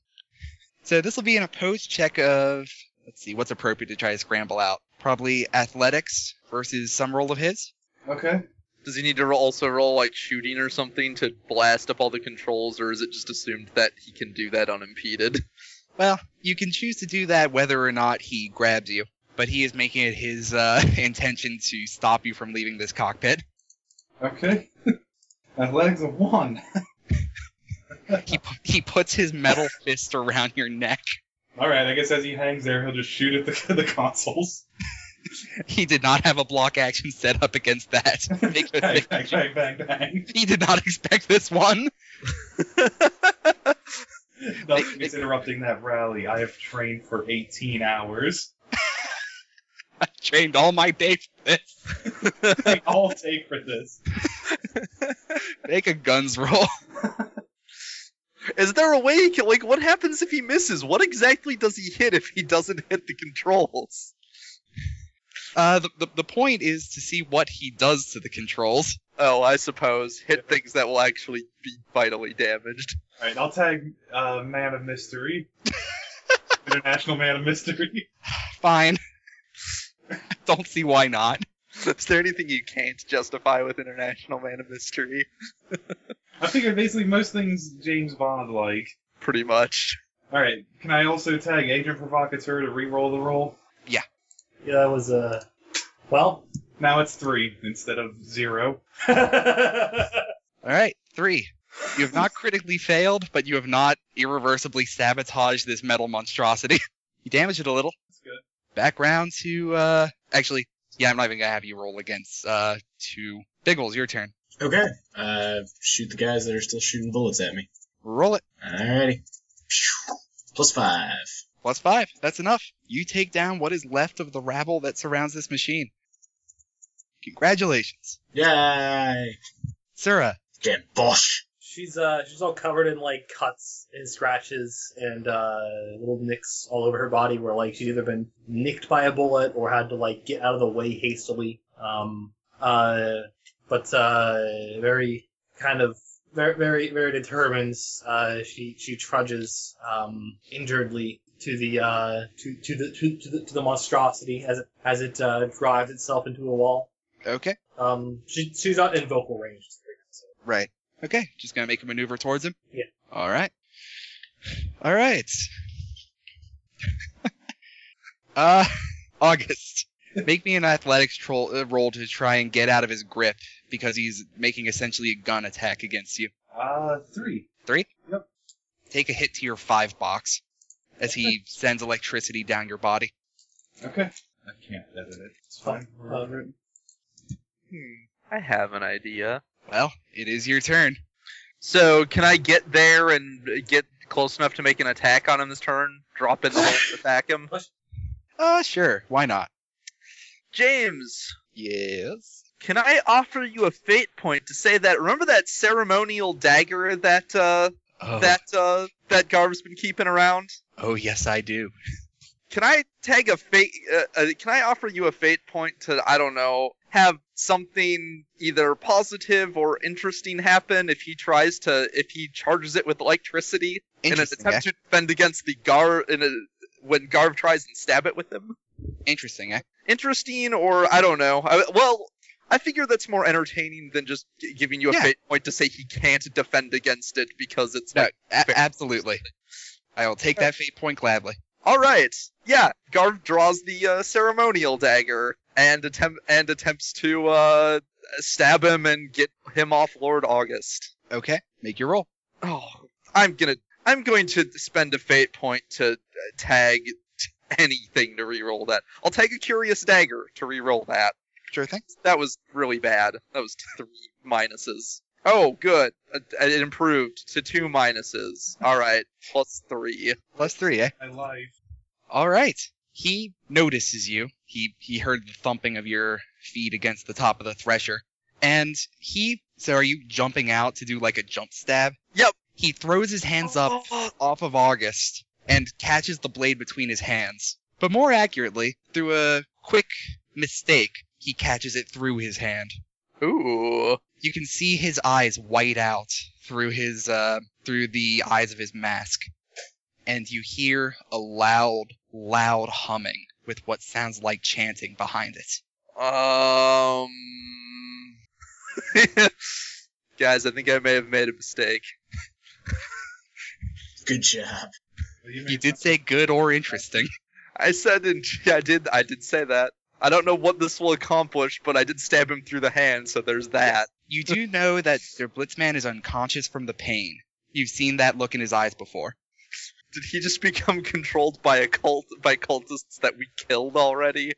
S2: So this will be an opposed check of let's see what's appropriate to try to scramble out. Probably athletics versus some roll of his.
S5: Okay.
S3: Does he need to ro- also roll like shooting or something to blast up all the controls, or is it just assumed that he can do that unimpeded?
S2: Well, you can choose to do that whether or not he grabs you, but he is making it his uh, intention to stop you from leaving this cockpit.
S5: Okay. Athletics of one.
S2: He pu- he puts his metal fist around your neck.
S5: All right. I guess as he hangs there, he'll just shoot at the, the consoles.
S2: He did not have a block action set up against that.
S5: bang,
S2: Make-
S5: bang,
S2: make-
S5: bang, bang, bang.
S2: he did not expect this one.
S5: Nothing is interrupting that rally. I have trained for 18 hours.
S2: I trained all my day for this.
S5: They all take for this.
S2: Make a guns roll.
S3: Is there a way? He can, like, what happens if he misses? What exactly does he hit if he doesn't hit the controls?
S2: Uh, the, the, the point is to see what he does to the controls.
S3: Oh, I suppose hit things that will actually be vitally damaged.
S5: All right. I'll tag uh, Man of Mystery. International Man of Mystery.
S2: Fine. Don't see why not.
S3: Is there anything you can't justify with International Man of Mystery?
S5: I figure basically most things James Bond like.
S3: Pretty much.
S5: All right. Can I also tag Agent Provocateur to re-roll the roll?
S7: Yeah, that was uh, well.
S5: Now it's three instead of zero.
S2: All right, three. You have not critically failed, but you have not irreversibly sabotaged this metal monstrosity. You damaged it a little.
S5: That's good.
S2: Back round to, uh, actually, yeah, I'm not even gonna have you roll against, uh, two. Biggles, your turn.
S6: Okay. Uh, shoot the guys that are still shooting bullets at me.
S2: Roll it.
S6: Alrighty. Plus five.
S2: Plus five. That's enough. You take down what is left of the rabble that surrounds this machine. Congratulations.
S6: Yay!
S2: Sura,
S6: Damn Bosch.
S7: She's uh she's all covered in like cuts and scratches and uh little nicks all over her body where like she's either been nicked by a bullet or had to like get out of the way hastily. Um uh but uh very kind of very very very determined uh she she trudges um injuredly to the uh to to the to, to the to the monstrosity as it as it uh drives itself into a wall.
S2: Okay.
S7: Um she she's not in vocal range.
S2: Right. Okay. Just gonna make a maneuver towards him.
S7: Yeah.
S2: All right. All right. uh, August, make me an athletics troll, uh, roll to try and get out of his grip because he's making essentially a gun attack against you.
S5: Uh, three.
S2: Take a hit to your five box as he sends electricity down your body.
S5: Okay. I can't edit it. It's fine.
S7: Uh,
S3: Hmm. I have an idea.
S2: Well, it is your turn.
S3: So can I get there and get close enough to make an attack on him this turn? Drop in the hole and attack him.
S2: Uh, sure. Why not?
S3: James,
S2: Yes.
S3: can I offer you a fate point to say that? Remember that ceremonial dagger that uh,
S2: Oh,
S3: that uh, that Garv's been keeping around?
S2: oh yes, I do.
S3: Can I tag a fate? Uh, uh, can I offer you a fate point to I don't know have something either positive or interesting happen if he tries to if he charges it with electricity in an
S2: Interesting.
S3: attempt to defend against the Gar in a, when Garv tries and stab it with him?
S2: eh? Interesting. Eh?
S3: Interesting or I don't know. I, well, I figure that's more entertaining than just g- giving you a
S2: Yeah.
S3: fate point to say he can't defend against it because it's
S2: No,
S3: like
S2: A- absolutely. I will take that fate point gladly.
S3: All right. Yeah, Garv draws the uh, ceremonial dagger and attempt and attempts to uh, stab him and get him off Lord August.
S2: Okay. Make your roll.
S3: Oh, I'm gonna I'm going to spend a fate point to uh, tag t- anything to reroll that. I'll tag a curious dagger to reroll that.
S2: Sure thing.
S3: That was really bad. That was three minuses. Oh, good. It it improved to two minuses. All right, plus three.
S2: Plus three. Eh?
S5: I lied.
S2: All right. He notices you. He he heard the thumping of your feet against the top of the thresher, and he. So are you jumping out to do like a jump stab?
S3: Yep.
S2: He throws his hands up off of August and catches the blade between his hands. But more accurately, through a quick mistake, he catches it through his hand.
S3: Ooh.
S2: You can see his eyes white out through his uh, through the eyes of his mask, and you hear a loud, loud humming with what sounds like chanting behind it.
S3: Um, guys, I think I may have made a mistake.
S6: Good job.
S2: You did say good or interesting.
S3: I said, in, I did, I did say that. I don't know what this will accomplish, but I did stab him through the hand, so there's that.
S2: You do know that their Blitzman is unconscious from the pain. You've seen that look in his eyes before.
S3: Did he just become controlled by a cult by cultists that we killed already?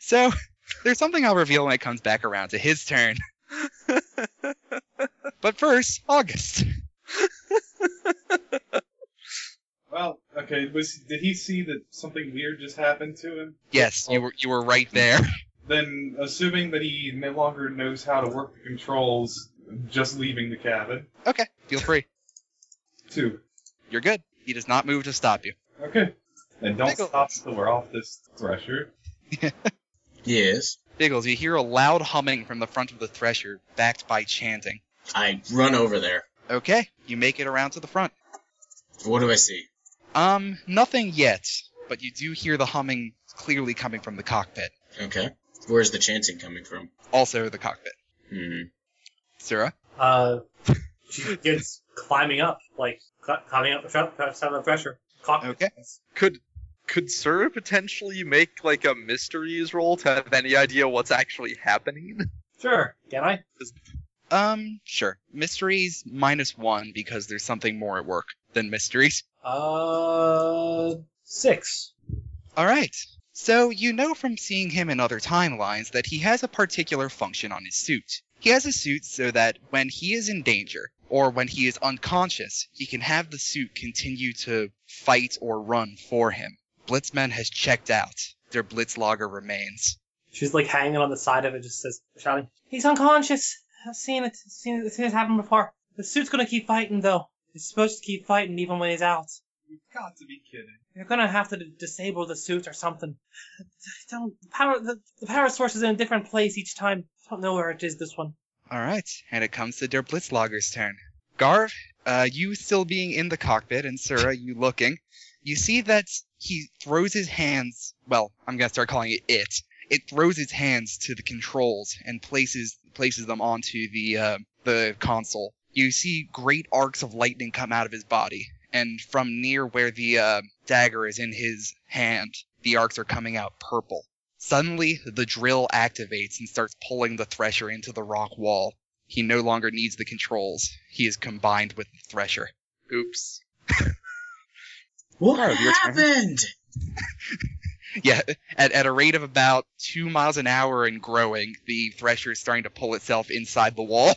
S2: So there's something I'll reveal when it comes back around to his turn. But first, August.
S5: Well, okay. Was did he see that something weird just happened to him?
S2: Yes, you were you were right there.
S5: Then, assuming that he no longer knows how to work the controls, just leaving the cabin.
S2: Okay, feel free.
S5: Two.
S2: You're good. He does not move to stop you.
S5: Okay. And don't
S2: Pickle.
S5: stop till we're off this thresher.
S6: Yes.
S2: Biggles, you hear a loud humming from the front of the thresher, backed by chanting.
S6: I run over there.
S2: Okay, you make it around to the front.
S6: What do I see?
S2: Um, nothing yet, but you do hear the humming clearly coming from the cockpit.
S6: Okay. Where's the chanting coming from?
S2: Also the cockpit.
S6: Hmm.
S2: Sarah?
S7: Uh, she begins climbing up, like cl- climbing up the tre- side of the pressure. Cock-
S2: Okay.
S3: Could could Sir potentially make like a mysteries roll to have any idea what's actually happening?
S7: Sure. Can I?
S2: Um, sure. Mysteries minus one because there's something more at work than mysteries.
S7: Uh, six.
S2: All right. So you know from seeing him in other timelines that he has a particular function on his suit. He has a suit so that when he is in danger or when he is unconscious, he can have the suit continue to fight or run for him. Blitzman has checked out. Their Blitzlogger remains.
S7: She's like hanging on the side of it, just says, shouting, He's unconscious. I've seen it. Seen it. Seen it happen before. The suit's gonna keep fighting, though. It's supposed to keep fighting even when he's out.
S5: You've got to be kidding.
S7: You're gonna have to d- disable the suit or something. Don't the power. The, the power source is in a different place each time. I don't know where it is this one.
S2: All right, and it comes to Der Blitzlogger's turn. Garv, uh, you still being in the cockpit, and Sura, you looking, you see that he throws his hands. Well, I'm gonna start calling it it. It throws its hands to the controls and places places them onto the uh, the console. You see great arcs of lightning come out of his body, and from near where the uh, dagger is in his hand, the arcs are coming out purple. Suddenly, the drill activates and starts pulling the Thresher into the rock wall. He no longer needs the controls. He is combined with the Thresher.
S3: Oops.
S6: What
S2: Barb, your turn.
S6: happened?
S2: yeah, at, at a rate of about two miles an hour and growing, the thresher is starting to pull itself inside the wall.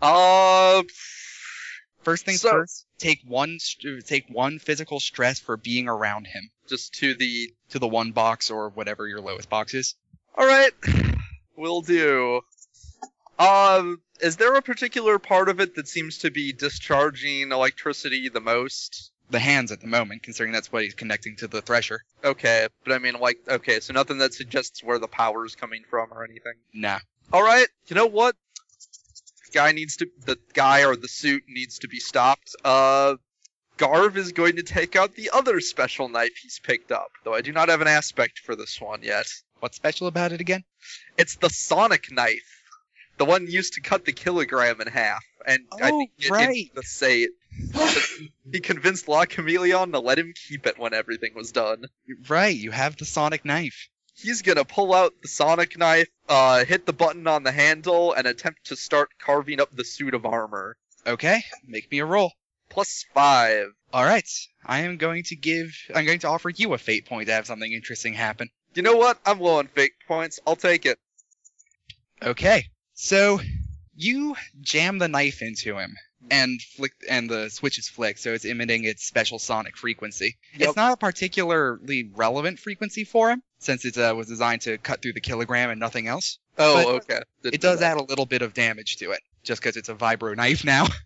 S3: Uh,
S2: First things
S3: So-
S2: first, take one st- take one physical stress for being around him
S3: just to the.
S2: to the one box or whatever your lowest box is.
S3: All right, will do. Um, is there a particular part of it that seems to be discharging electricity the most?
S2: The hands at the moment, considering that's what he's connecting to the thresher.
S3: Okay, but I mean, like, okay, so nothing that suggests where the power's coming from or anything.
S2: Nah.
S3: All right, you know what? Guy needs to the guy or the suit needs to be stopped. Uh, Garv is going to take out the other special knife he's picked up, though I do not have an aspect for this one yet.
S2: What's special about it again?
S3: It's the Sonic knife, the one used to cut the kilogram in half. And I
S2: Oh,
S3: think it,
S2: right.
S3: it's the say it. he convinced La Chameleon to let him keep it when everything was done.
S2: Right, you have the sonic knife.
S3: He's gonna pull out the sonic knife, uh, hit the button on the handle, and attempt to start carving up the suit of armor.
S2: Okay, make me a roll.
S3: Plus five.
S2: All right, I am going to give. I'm going to offer you a fate point to have something interesting happen.
S3: You know what? I'm low on fake points. I'll take it.
S2: Okay, so you jam the knife into him, and flick, and the switch is flicked, so it's emitting its special sonic frequency. It's
S3: Yep.
S2: not a particularly relevant frequency for him, since it uh, was designed to cut through the kilogram and nothing else.
S3: Oh, okay. Didn't
S2: It
S3: know
S2: does add a little bit of damage to it, just because it's a vibro knife now.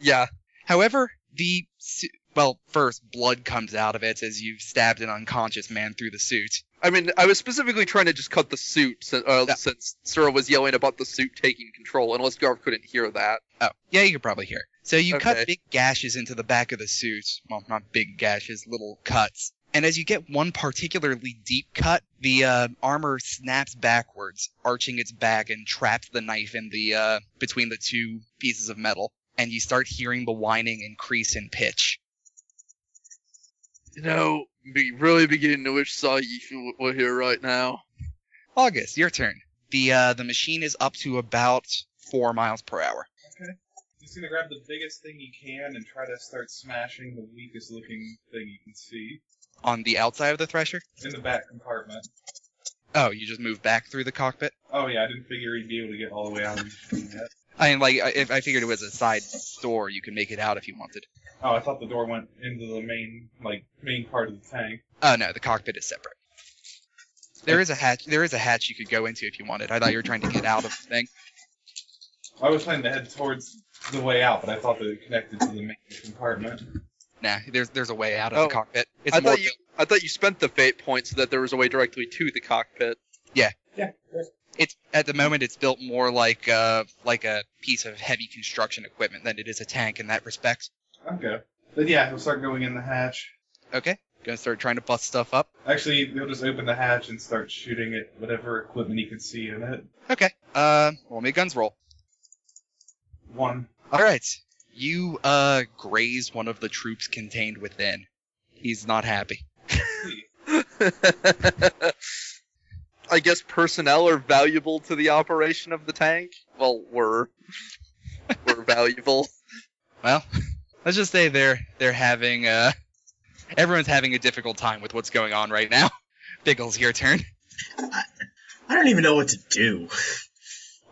S3: Yeah.
S2: However, the su- well, first blood comes out of it as you've stabbed an unconscious man through the suit.
S3: I mean, I was specifically trying to just cut the suit since, uh,
S2: Yeah.
S3: since Sura was yelling about the suit taking control, unless Garv couldn't hear that.
S2: Oh, yeah, you could probably hear. So you
S3: Okay.
S2: cut big gashes into the back of the suit. Well, not big gashes, little cuts. And as you get one particularly deep cut, the uh, armor snaps backwards, arching its back and traps the knife in the uh, between the two pieces of metal. And you start hearing the whining increase in pitch.
S3: You know, be really beginning to wish Saeed were here right now.
S2: August, your turn. The uh, the machine is up to about four miles per hour.
S5: He's gonna grab the biggest thing he can and try to start smashing the weakest looking thing you can see
S2: on the outside of the thresher.
S5: in the back compartment.
S2: Oh, you just move back through the cockpit.
S5: Oh yeah, I didn't figure he'd be able to get all the way out of the machine yet.
S2: I mean, like, I- if I figured it was a side door, you could make it out if you wanted.
S5: Oh, I thought the door went into the main, like, main part of the tank.
S2: Oh no, the cockpit is separate. There is a hatch. There is a hatch you could go into if you wanted. I thought you were trying to get out of the thing.
S5: I was planning to head towards the way out, but I thought that it connected to the main compartment.
S2: Nah, there's there's a way out of
S3: Oh.
S2: the cockpit. It's
S3: I
S2: more.
S3: thought you, I thought you spent the fate point so that there was a way directly to the cockpit.
S2: It's at the moment it's built more like uh like a piece of heavy construction equipment than it is a tank in that respect.
S5: Okay. But yeah, he'll start going in the hatch.
S2: Okay, gonna start trying to bust stuff up.
S5: Actually, he'll just open the hatch and start shooting at whatever equipment he can see in it.
S2: Okay, uh, roll me a guns roll.
S5: One.
S2: All right. You uh graze one of the troops contained within. He's not happy.
S3: I guess personnel are valuable to the operation of the tank. Well, were were valuable.
S2: Well, let's just say they're they're having uh everyone's having a difficult time with what's going on right now. Biggles, your turn.
S6: I don't even know what to do.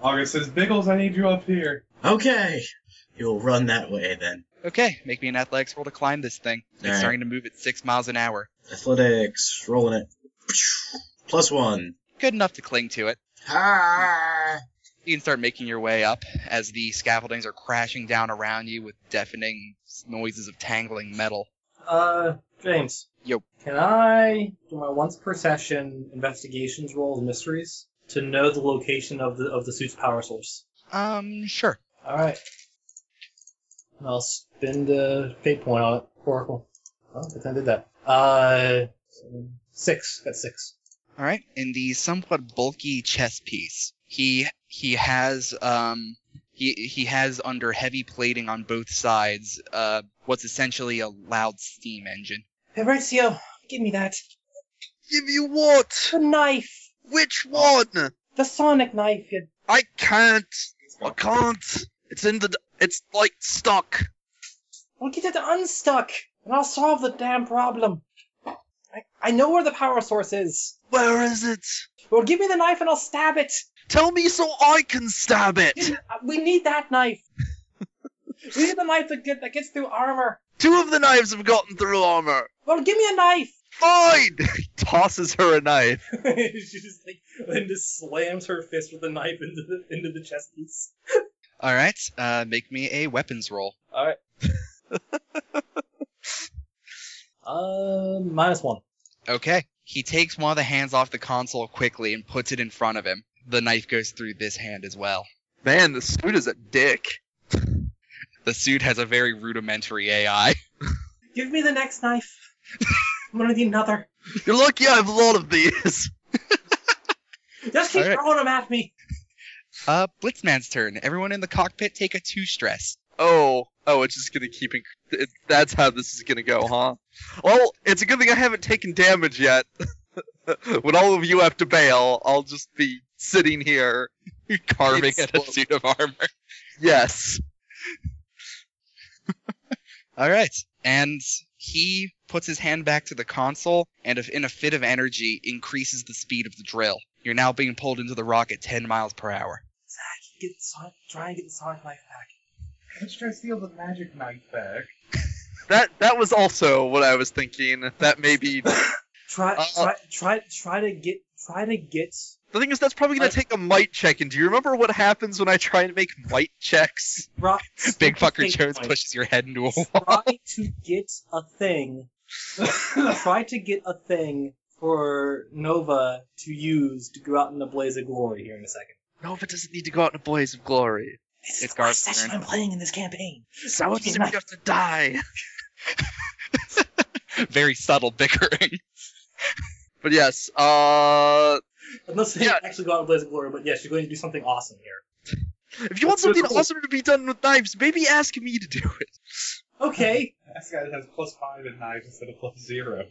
S5: August says, Biggles, I need you up here.
S6: Okay. You'll run that way then.
S2: Okay, make me an athletics roll to climb this thing. It's
S6: All right.
S2: starting to move at six miles an hour.
S6: Athletics, rolling it. Plus one.
S2: Good enough to cling to it.
S6: Ah!
S2: You can start making your way up as the scaffoldings are crashing down around you with deafening noises of tangling metal.
S7: Uh, James.
S2: Yo.
S7: Can I do my once per session investigations roll and mysteries to know the location of the of the suit's power source?
S2: Um, sure.
S7: All right. I'll spend a fate point on it. Oracle. Oh, I did that. Uh, six. That's six.
S2: All right. In the somewhat bulky chess piece, he he has um he he has under heavy plating on both sides uh what's essentially a loud steam engine.
S8: Hey, Rezio, give me that.
S3: Give you what?
S8: The knife.
S3: Which one?
S8: The sonic knife. You...
S3: I can't. I can't. It's in the. It's like stuck.
S8: We'll get it unstuck, and I'll solve the damn problem.
S7: I, I know where the power source is.
S3: Where is it?
S7: Well, give me the knife and I'll stab it.
S3: Tell me so I can stab it.
S7: We need that knife. we need the knife that, get, that gets through armor.
S3: Two of the knives have gotten through armor.
S7: Well, give me a knife.
S3: Fine. Tosses her a knife.
S7: she just like Linda slams her fist with a knife into the into the chest piece.
S2: All right, uh, make me a weapons roll.
S7: Uh,
S2: Um,
S7: minus one.
S2: Okay. He takes one of the hands off the console quickly and puts it in front of him. The knife goes through this hand as well.
S3: Man, the suit is a dick.
S2: The suit has a very rudimentary AI.
S7: Give me the next knife. I'm gonna need another.
S3: You're lucky I have a lot of these.
S7: Just keep
S2: All right.
S7: throwing them at me.
S2: Uh, Blitzman's turn. Everyone in the cockpit take a two stress.
S3: Oh, oh, it's just gonna keep. inc- It, that's how this is gonna go, huh? Well, it's a good thing I haven't taken damage yet. when all of you have to bail, I'll just be sitting here.
S2: Carving
S3: It's-
S2: at a suit of armor.
S3: Yes.
S2: All right. And he puts his hand back to the console and, if- in a fit of energy, increases the speed of the drill. You're now being pulled into the rock at 10 miles per hour.
S7: Get the Sonic, try and get the Sonic knife back.
S5: Let's try to steal the magic knife back.
S3: That that was also what I was thinking. That maybe
S7: Try,
S2: Uh,
S7: try, try, try to get, try to get.
S3: the thing is that's probably gonna
S7: I-
S3: take a might check. And do you remember what happens when I try and make might checks?
S7: Rock,
S2: Big fucker
S7: Think
S2: Jones
S7: twice.
S2: pushes your head into a wall.
S7: try to get a thing. try to get a thing for Nova to use to go out in a blaze of glory here in a second.
S3: Nova doesn't need to go out in a blaze of glory.
S7: This is
S2: It's
S7: the last
S2: Garth's
S7: session
S2: turn.
S7: I'm playing in this campaign.
S3: Someone
S7: Fucking
S3: doesn't
S7: knife.
S3: have to die.
S2: very subtle bickering.
S3: But yes, uh,
S7: Unless they
S3: Yeah.
S7: actually go out in blaze of glory, but yes, you're going to do something awesome here.
S3: if you want something awesome to be done with knives, maybe ask me to do it.
S7: Okay,
S5: This guy has plus five in knives instead of plus zero.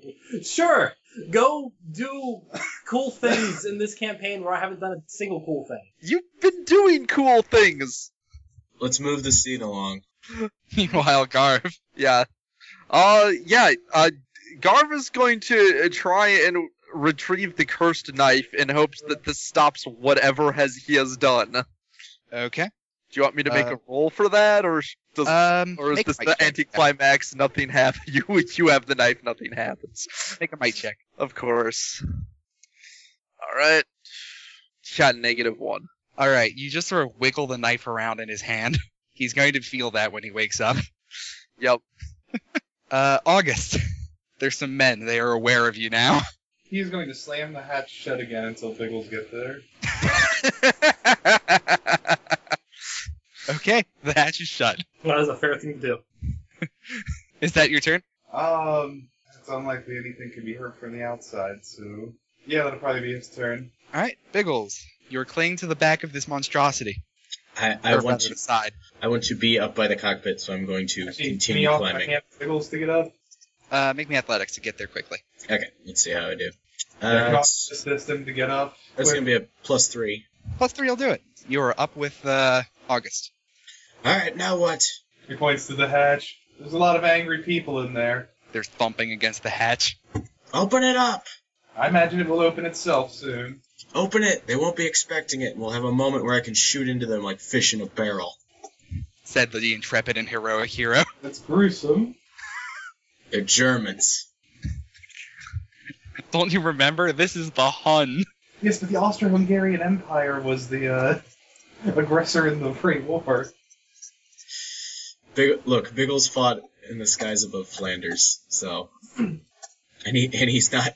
S7: sure. Go do cool things in this campaign where I haven't done a single cool thing.
S3: You've been doing cool things.
S6: Let's move the scene along.
S2: Meanwhile, Garv.
S3: Yeah. Uh, yeah. Uh, Garv is going to uh, try and retrieve the cursed knife in hopes that this stops whatever has he has done. Do
S2: Okay.
S3: you want me to make
S2: Uh,
S3: a roll for that, or sh- does?
S2: Um,
S3: or is
S2: make a
S3: this
S2: might
S3: the
S2: check.
S3: anticlimax? Nothing happens. You you have the knife. Nothing happens.
S2: Make a might check.
S3: Of course. All right. Shot negative one.
S2: All right, you just sort of wiggle the knife around in his hand. He's going to feel that when he wakes up.
S3: Yep.
S2: Uh, August. There's some men. They are aware of you now.
S5: He's going to slam the hatch shut again until Biggles get there.
S2: Okay, the hatch is shut.
S7: That is a fair thing to do.
S2: Is that your turn?
S5: Um, it's unlikely anything can be heard from the outside, so yeah, that'll probably be his turn.
S2: All right, Biggles. You're clinging to the back of this monstrosity.
S6: I, I
S2: Or
S6: want
S2: rather
S6: to
S2: the side.
S6: I want to be up by the cockpit, so I'm going to
S5: Actually, can
S6: continue
S5: you all- I
S6: climbing.
S5: can't Biggles to get up.
S2: Uh, make me athletics to get there quickly.
S6: Okay, let's see how I do.
S5: Yeah,
S6: Uh,
S5: Garv
S6: it's-
S5: assists him to get up.
S6: that's
S5: Quick.
S6: gonna be a plus three.
S2: Plus three, I'll do it. You are up with uh, August.
S6: All right, now what?
S5: He points to the hatch. There's a lot of angry people in there.
S2: There's thumping against the hatch.
S6: Open it up.
S5: I imagine it will open itself soon.
S6: Open it. They won't be expecting it. We'll have a moment where I can shoot into them like fish in a barrel.
S2: Said the intrepid and heroic hero.
S5: That's gruesome.
S6: They're Germans.
S2: Don't you remember? This is the Hun.
S5: Yes, but the Austro-Hungarian Empire was the uh, aggressor in the Free War.
S6: Big, look, Biggles fought in the skies above Flanders, so and he and he's not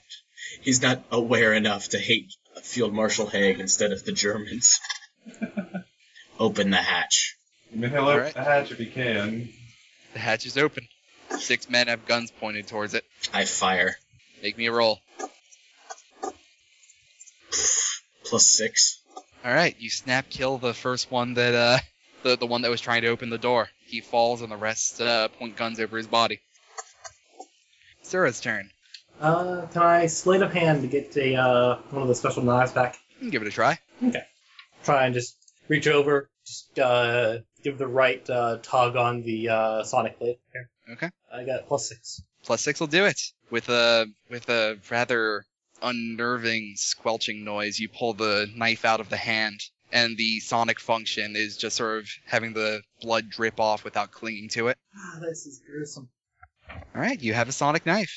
S6: he's not aware enough to hate Field Marshal Haig instead of the Germans. Open the hatch.
S5: I mean, he'll
S2: All
S5: open
S2: right.
S5: the hatch if he can.
S2: The hatch is open. Six men have guns pointed towards it.
S6: I fire.
S2: Make me a roll.
S6: Plus six.
S2: All right, you snap kill the first one that uh, the the one that was trying to open the door. He falls, and the rest uh, point guns over his body. Sura's turn.
S7: Uh, can I sleight of hand to get a uh, one of the special knives back?
S2: You can give it a try.
S7: Try and just reach over, just uh, give the right uh, tug on the uh, Sonic blade.
S2: Okay.
S7: I got plus six.
S2: Plus six will do it. With a with a rather unnerving squelching noise, you pull the knife out of the hand, and the sonic function is just sort of having the blood drip off without clinging to it.
S7: Ah, this is gruesome.
S2: All right, you have a sonic knife.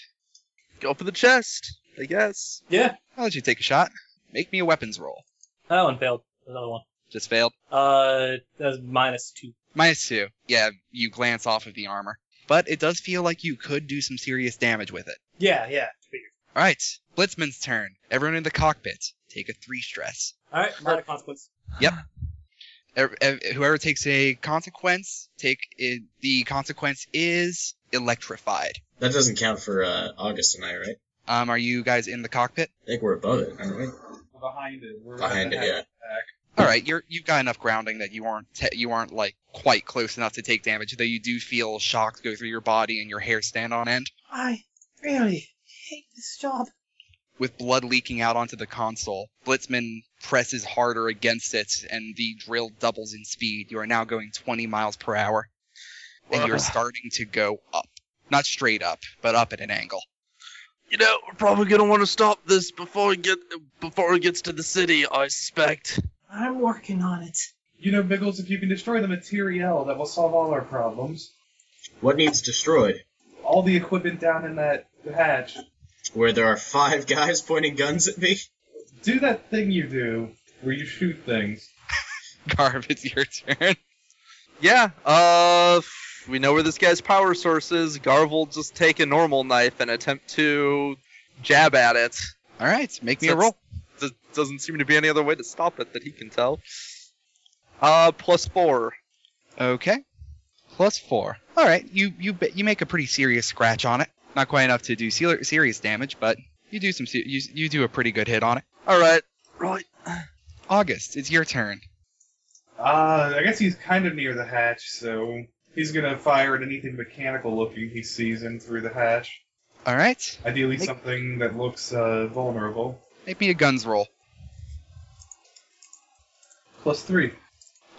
S3: Go for the chest, I guess.
S2: I'll let you take a shot. Make me a weapons roll.
S7: That one failed. Another one.
S2: Just failed.
S7: Uh, that's minus two.
S2: Minus two. Yeah, you glance off of the armor, but it does feel like you could do some serious damage with it.
S7: Yeah, yeah. Figured.
S2: All right, Blitzman's turn. Everyone in the cockpit, take a three stress.
S7: All right, not a consequence.
S2: Ev- ev- Whoever takes a consequence, take it, the consequence is electrified.
S6: That doesn't count for uh, August and I, right?
S2: Um, are you guys in the cockpit?
S6: I think we're above it, aren't we?
S5: Behind it. We're
S6: Behind it,
S5: gonna have-
S6: yeah.
S2: All right, you're you've got enough grounding that you aren't te- you aren't like quite close enough to take damage, though you do feel shocks go through your body and your hair stand on end.
S8: I really hate this job.
S2: with blood leaking out onto the console. Blitzman presses harder against it, and the drill doubles in speed. You are now going 20 miles per hour, and you're
S3: Wow.
S2: starting to go up. Not straight up, but up at an angle.
S3: You know, we're probably gonna want to stop this before it get before it gets to the city. I suspect.
S8: I'm working on it.
S5: You know, Biggles, if you can destroy the materiel, that will solve all our problems.
S6: What needs destroyed?
S5: All the equipment down in that hatch.
S6: Where there are five guys pointing guns at me?
S5: Do that thing you do where you shoot things.
S2: Garv, it's your turn.
S3: Yeah. Uh, f- we know where this guy's power source is. Garv will just take a normal knife and attempt to jab at it.
S2: All right, make me a
S3: Since
S2: roll.
S3: There doesn't seem to be any other way to stop it that he can tell. Uh, plus four.
S2: Okay, plus four. All right, you you ba- you make a pretty serious scratch on it. Not quite enough to do ser- serious damage, but you do some se- you you do a pretty good hit on it.
S3: All right. Right.
S2: August, it's your turn.
S5: Uh, I guess he's kind of near the hatch, so he's gonna fire at anything mechanical looking he sees in through the hatch.
S2: All right,
S5: Ideally,
S2: Make-
S5: something that looks uh, vulnerable.
S2: make me a guns roll.
S5: Plus three.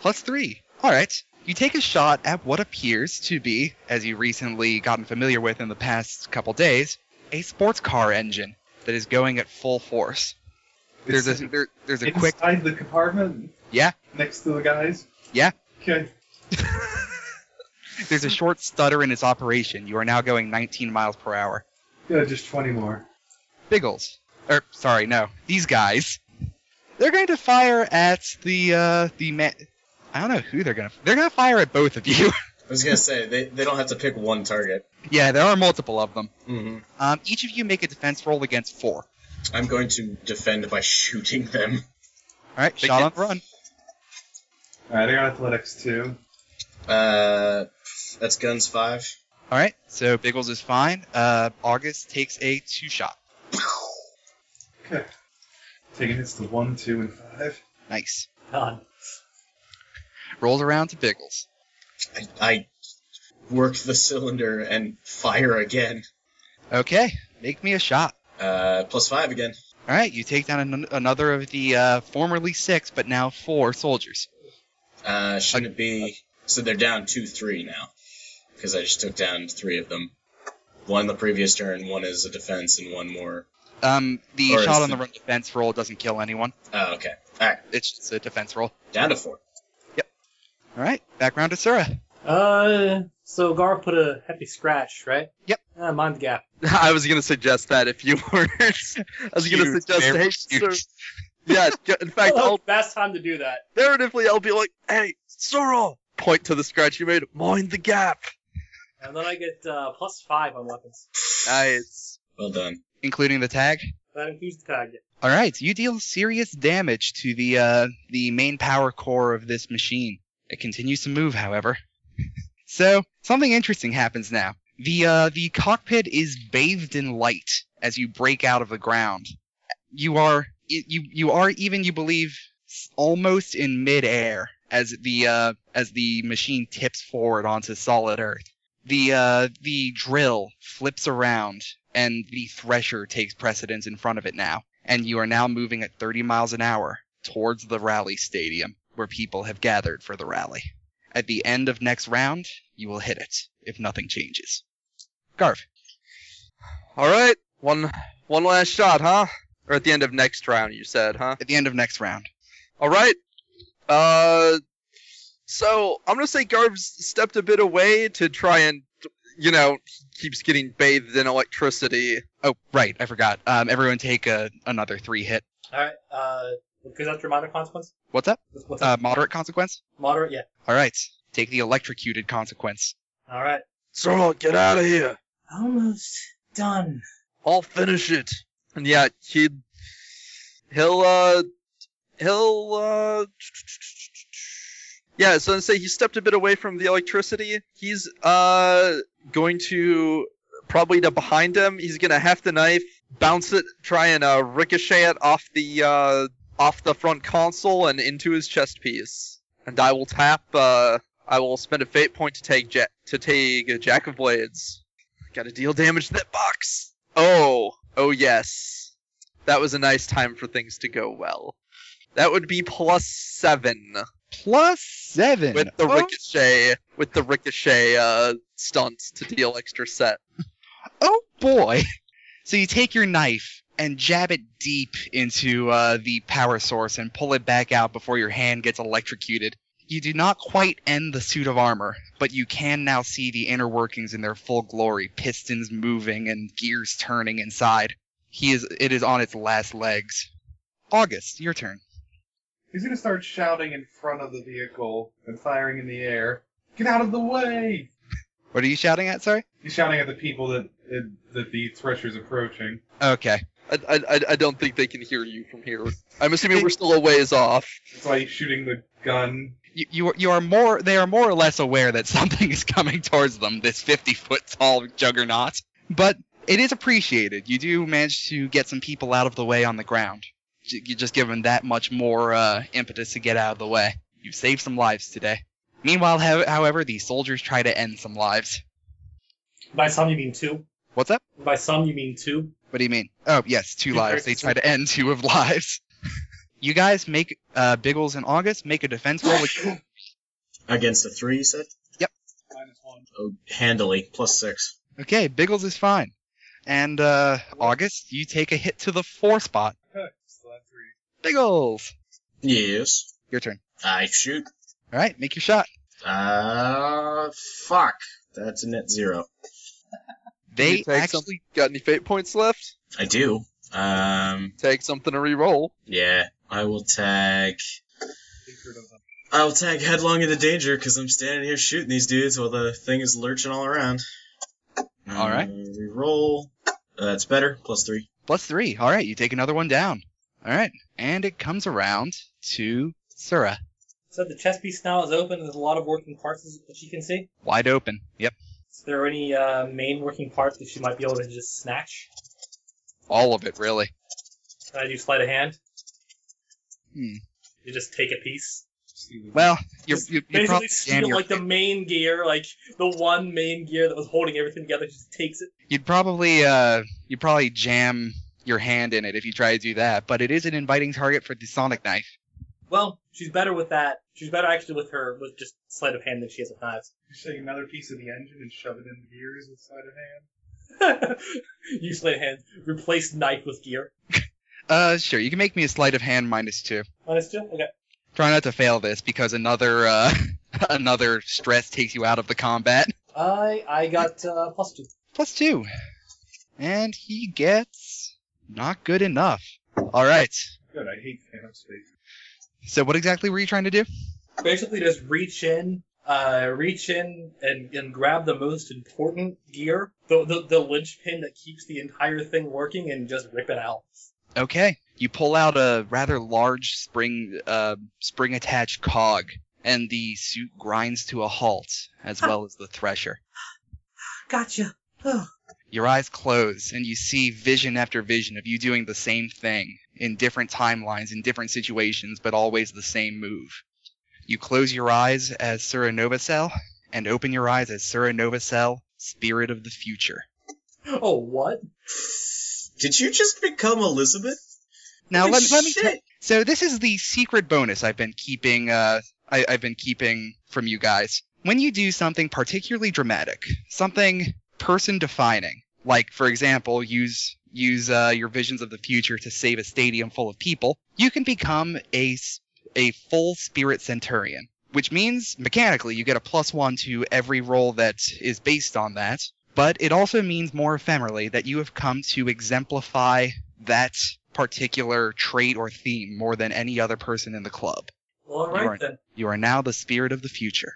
S2: plus three. All right. You take a shot at what appears to be, as you recently gotten familiar with in the past couple days, a sports car engine that is going at full force. There's a there, there's a
S5: inside
S2: quick
S5: the compartment.
S2: Yeah.
S5: Next to the guys.
S2: Yeah.
S5: Okay.
S2: there's a short stutter in its operation. You are now going 19 miles per hour.
S5: Yeah, just twenty more.
S2: Biggles, or sorry, no, these guys. They're going to fire at the uh the ma- I don't know who they're gonna. They're gonna fire at both of you.
S6: I was gonna say they, they don't have to pick one target.
S2: yeah, there are multiple of them.
S6: hmm
S2: Um, each of you make a defense roll against four.
S6: I'm going to defend by shooting them.
S2: All right,
S3: Big
S2: shot on
S3: hit.
S2: run.
S5: All right, I got athletics too.
S6: Uh, that's guns five.
S2: All right, so Biggles is fine. Uh, August takes a two shot.
S5: Okay. Taking hits to one, two, and five.
S2: Nice.
S7: God.
S2: Rolls around to Biggles.
S6: I, I work the cylinder and fire again.
S2: Okay, make me a shot.
S6: Uh, plus five again.
S2: All right, you take down an- another of the uh, formerly six but now four soldiers.
S6: Uh, shouldn't it be? So they're down two, three now, because I just took down three of them. One the previous turn, one is a defense, and one more.
S2: Um, the
S6: Or is
S2: shot on
S6: the-
S2: the run defense roll doesn't kill anyone.
S6: Oh, okay. All right,
S2: It's just a defense roll.
S6: down to four.
S2: All right, back round to Sura.
S7: Uh, so Gar put a heavy scratch, right?
S2: Yep.
S7: Uh, mind the gap.
S3: I was gonna suggest that if you weren't, I was gonna
S2: Huge,
S3: suggest,
S2: very
S3: hey,
S2: huge.
S3: sir. Yeah. ju- In fact,
S7: Oh,
S3: I'll
S7: best time to do that.
S3: narratively I'll be like, hey, Sorrel, point to the scratch you made. Mind the gap.
S7: And then I get uh, plus five on weapons.
S3: Nice.
S6: Well done.
S2: including the tag.
S7: That includes the tag.
S2: All right, you deal serious damage to the uh, the main power core of this machine. It continues to move, however. so something interesting happens now. The uh, the cockpit is bathed in light as you break out of the ground. You are you you are even you believe s- almost in midair as the uh, as the machine tips forward onto solid earth. The uh, the drill flips around and the thresher takes precedence in front of it now and you are now moving at 30 miles an hour towards the rally stadium where people have gathered for the rally. At the end of next round, you will hit it if nothing changes. Garv,
S3: All right, one one last shot, huh? Or at the end of next round, you said, huh?
S2: at the end of next round.
S3: All right. Uh, so I'm gonna say Garv's stepped a bit away to try and, you know, he keeps getting bathed in electricity.
S2: Oh, right, I forgot. Um, everyone take a, another three hit.
S7: All right. Uh, because that's your minor consequence.
S2: What's up?
S7: What's- What's
S2: Uh,
S7: up?
S2: moderate consequence?
S7: Moderate. Yeah.
S2: All right, take the electrocuted consequence.
S7: All right.
S3: Zorlok, get out of here!
S8: Almost done.
S3: I'll finish it. And yeah, he he'll uh he'll uh yeah. So I say he stepped a bit away from the electricity. He's uh going to probably to behind him. He's gonna half the knife, bounce it, try and uh, ricochet it off the uh off the front console and into his chest piece. And I will tap. uh I will spend a fate point to take ja- to take a jack of blades. Gotta deal damage to that box. Oh, oh yes. That was a nice time for things to go well. That would be plus seven
S2: Plus seven.
S3: with the
S2: Oh,
S3: ricochet with the ricochet uh stunt to deal extra set.
S2: oh boy. So you take your knife and jab it deep into uh, the power source and pull it back out before your hand gets electrocuted. You do not quite end the suit of armor, but you can now see the inner workings in their full glory, pistons moving and gears turning inside. He is it is on its last legs. August, your turn.
S5: He's gonna start shouting in front of the vehicle and firing in the air. Get out of the way!
S2: What are you shouting at, sorry?
S5: He's shouting at the people that that the thresher's approaching.
S2: Okay.
S3: I, I, I- I don't think they can hear you from here. I'm assuming we're still a ways off.
S5: That's why he's shooting the gun.
S2: you, you are- you are more they are more or less aware that something is coming towards them this 50 foot tall juggernaut but it is appreciated you do manage to get some people out of the way on the ground J- you just give them that much more uh, impetus to get out of the way you saved some lives today meanwhile ho- however the soldiers try to end some lives
S7: By some you mean two.
S2: what's up
S7: By some you mean two.
S2: what do you mean oh yes two
S7: Two
S2: lives they
S7: persons.
S2: try to end two of lives you guys make uh, biggles in august make a defense roll ag-
S6: Against a three, you said?
S4: Minus one.
S6: Oh, handily, plus six.
S2: Okay, Biggles is fine. And uh, August, you take a hit to the four spot.
S5: So that's three.
S2: Biggles,
S6: Yes.
S2: your turn.
S6: I shoot.
S2: All right, make your shot.
S6: Uh, fuck. That's a net zero.
S3: you
S2: They
S3: take some?
S2: actually
S3: Got any fate points left?
S6: I do. Um,
S3: Take something to re-roll.
S6: yeah. I will tag.
S5: Secret of the-
S6: I'll tag headlong into danger because I'm standing here shooting these dudes while the thing is lurching all around.
S2: All right.
S6: Uh, reroll. Uh, that's better. Plus three.
S2: plus three. All right, you take another one down. All right, and it comes around to Sura,
S7: So the chess piece now is open. There's a lot of working parts as- that she can see.
S2: wide open. Yep,
S7: Is there any uh, main working parts that she might be able to just snatch?
S2: all of it really.
S7: Can I do sleight of hand?
S2: Hmm.
S7: You just take a piece.
S2: Well, you're,
S7: Just
S2: you're, you're
S7: Basically,
S2: probably damn,
S7: steal
S2: you're-
S7: like the main gear, like the one main gear that was holding everything together. She just takes it.
S2: you'd probably uh, you'd probably jam your hand in it if you try to do that. But it is an inviting target for the sonic knife.
S7: Well, she's better with that. She's better actually with her with just sleight of hand than she is with knives.
S5: Just take another piece of the engine and shove it in the gears with sleight of hand.
S7: Use sleight of hand. Replace knife with gear.
S2: Uh, sure, you can make me a sleight of hand minus two.
S7: Minus two. Okay.
S2: Try not to fail this because another uh, another stress takes you out of the combat.
S7: I I got uh, plus two.
S2: Plus two, and he gets not good enough. All right.
S5: Good. I hate Thanos face.
S2: So what exactly were you trying to do?
S7: basically just reach in, uh, reach in and, and grab the most important gear, the, the the linchpin that keeps the entire thing working, and just rip it out.
S2: Okay, you pull out a rather large spring uh, spring attached cog, and the suit grinds to a halt as well as the thresher.
S8: Gotcha.
S2: Your eyes close, and you see vision after vision of you doing the same thing in different timelines, in different situations, but always the same move. You close your eyes as Sura Novacell, and open your eyes as Sura Novacell, Spirit of the Future.
S7: Oh, what?
S6: Did you just become Elizabeth?
S2: Now,
S6: Holy
S2: let, let me.
S6: Oh, shit.
S2: so, this is the secret bonus I've been keeping uh, I, I've been keeping from you guys. When you do something particularly dramatic, something person defining, like for example, use use uh, your visions of the future to save a stadium full of people, you can become a s- a full spirit centurion, which means mechanically you get a plus one to every roll that is based on that. But it also means more ephemerally that you have come to exemplify that particular trait or theme more than any other person in the club.
S7: All
S2: You
S7: right
S2: are-
S7: then.
S2: You are now the spirit of the future.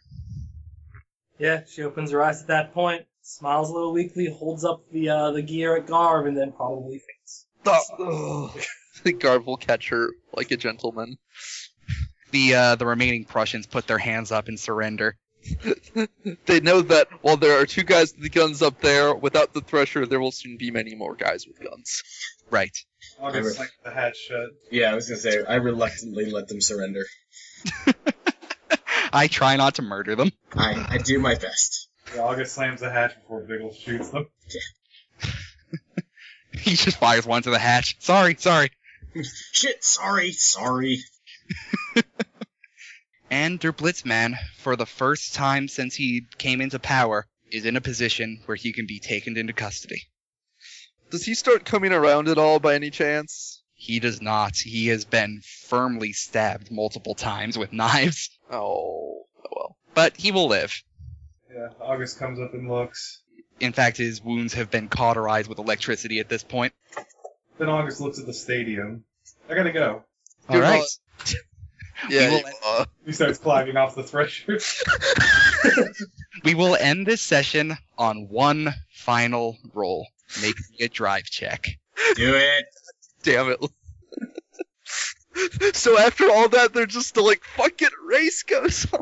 S7: Yeah, she opens her eyes at that point, smiles a little weakly, holds up the uh, the gear at Garb, and then probably faints.
S3: The guard will catch her like a gentleman.
S2: The uh, the remaining Prussians put their hands up and surrender.
S3: They know that while there are two guys with the guns up there, without the thresher, there will soon be many more guys with guns.
S2: Right.
S5: August slammed the hatch shut.
S6: Yeah, I was gonna say I reluctantly let them surrender.
S2: I try not to murder them.
S6: I, I do my best.
S5: Yeah, August slams the hatch before Biggle shoots them.
S2: He just fires one to the hatch. Sorry, sorry.
S6: Shit, sorry, sorry.
S2: And Der Blitzman, for the first time since he came into power, is in a position where he can be taken into custody.
S3: Does he start coming around at all by any chance?
S2: He does not. He has been firmly stabbed multiple times with knives,
S3: Oh, oh well.
S2: but he will live.
S5: Yeah, August comes up and looks.
S2: In fact, his wounds have been cauterized with electricity at this point.
S5: Then August looks at the stadium. I gotta go.
S2: All right.
S3: Yeah,
S2: will
S3: you- uh,
S5: He starts climbing off the thresher.
S2: We will end this session on one final roll. Make me a drive check.
S6: Do it.
S3: damn it. so after all that, they're just still like, fuck it, race goes on.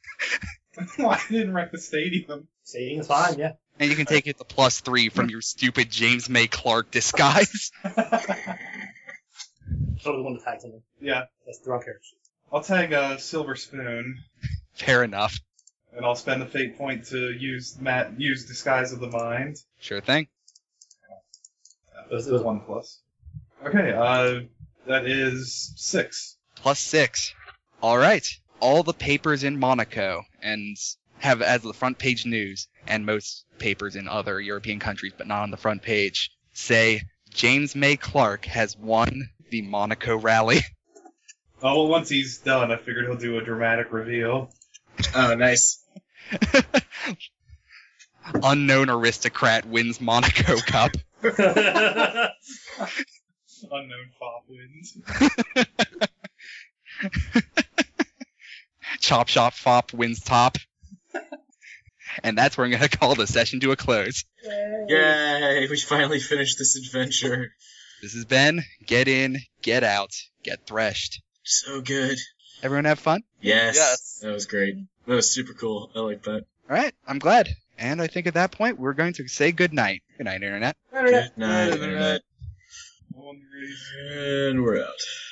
S5: Why didn't wreck the stadium?
S7: Stadium's fine, yeah.
S2: And you can take it to plus three from your stupid James May Clark disguise.
S7: Totally want to tag someone.
S5: Yeah,
S7: That's the wrong character.
S5: I'll tag a silver spoon,
S2: Fair enough.
S5: and I'll spend a fate point to use Matt use disguise of the mind.
S2: Sure thing.
S5: It was one plus. Okay, uh, that is six.
S2: Plus six. All right. All the papers in Monaco and have as the front page news, and most papers in other European countries, but not on the front page, say James May Clark has won the Monaco rally.
S5: Oh, well, once he's done, I figured he'll do a dramatic reveal.
S6: Oh, nice.
S2: Unknown aristocrat wins Monaco Cup.
S5: Unknown fop wins.
S2: Chop Shop Fop wins top. and that's where I'm going to call the session to a close.
S6: Yay, we finally finished this adventure.
S2: This has been Get In, Get Out, Get Threshed.
S6: So good.
S2: Everyone have fun?
S6: Yes.
S3: Yes.
S6: That was great. That was super cool. I like that.
S2: All right, I'm glad. And I think at that point, we're going to say good night. Good night, Internet.
S6: Good night, Internet.
S5: One reason.
S6: And we're out.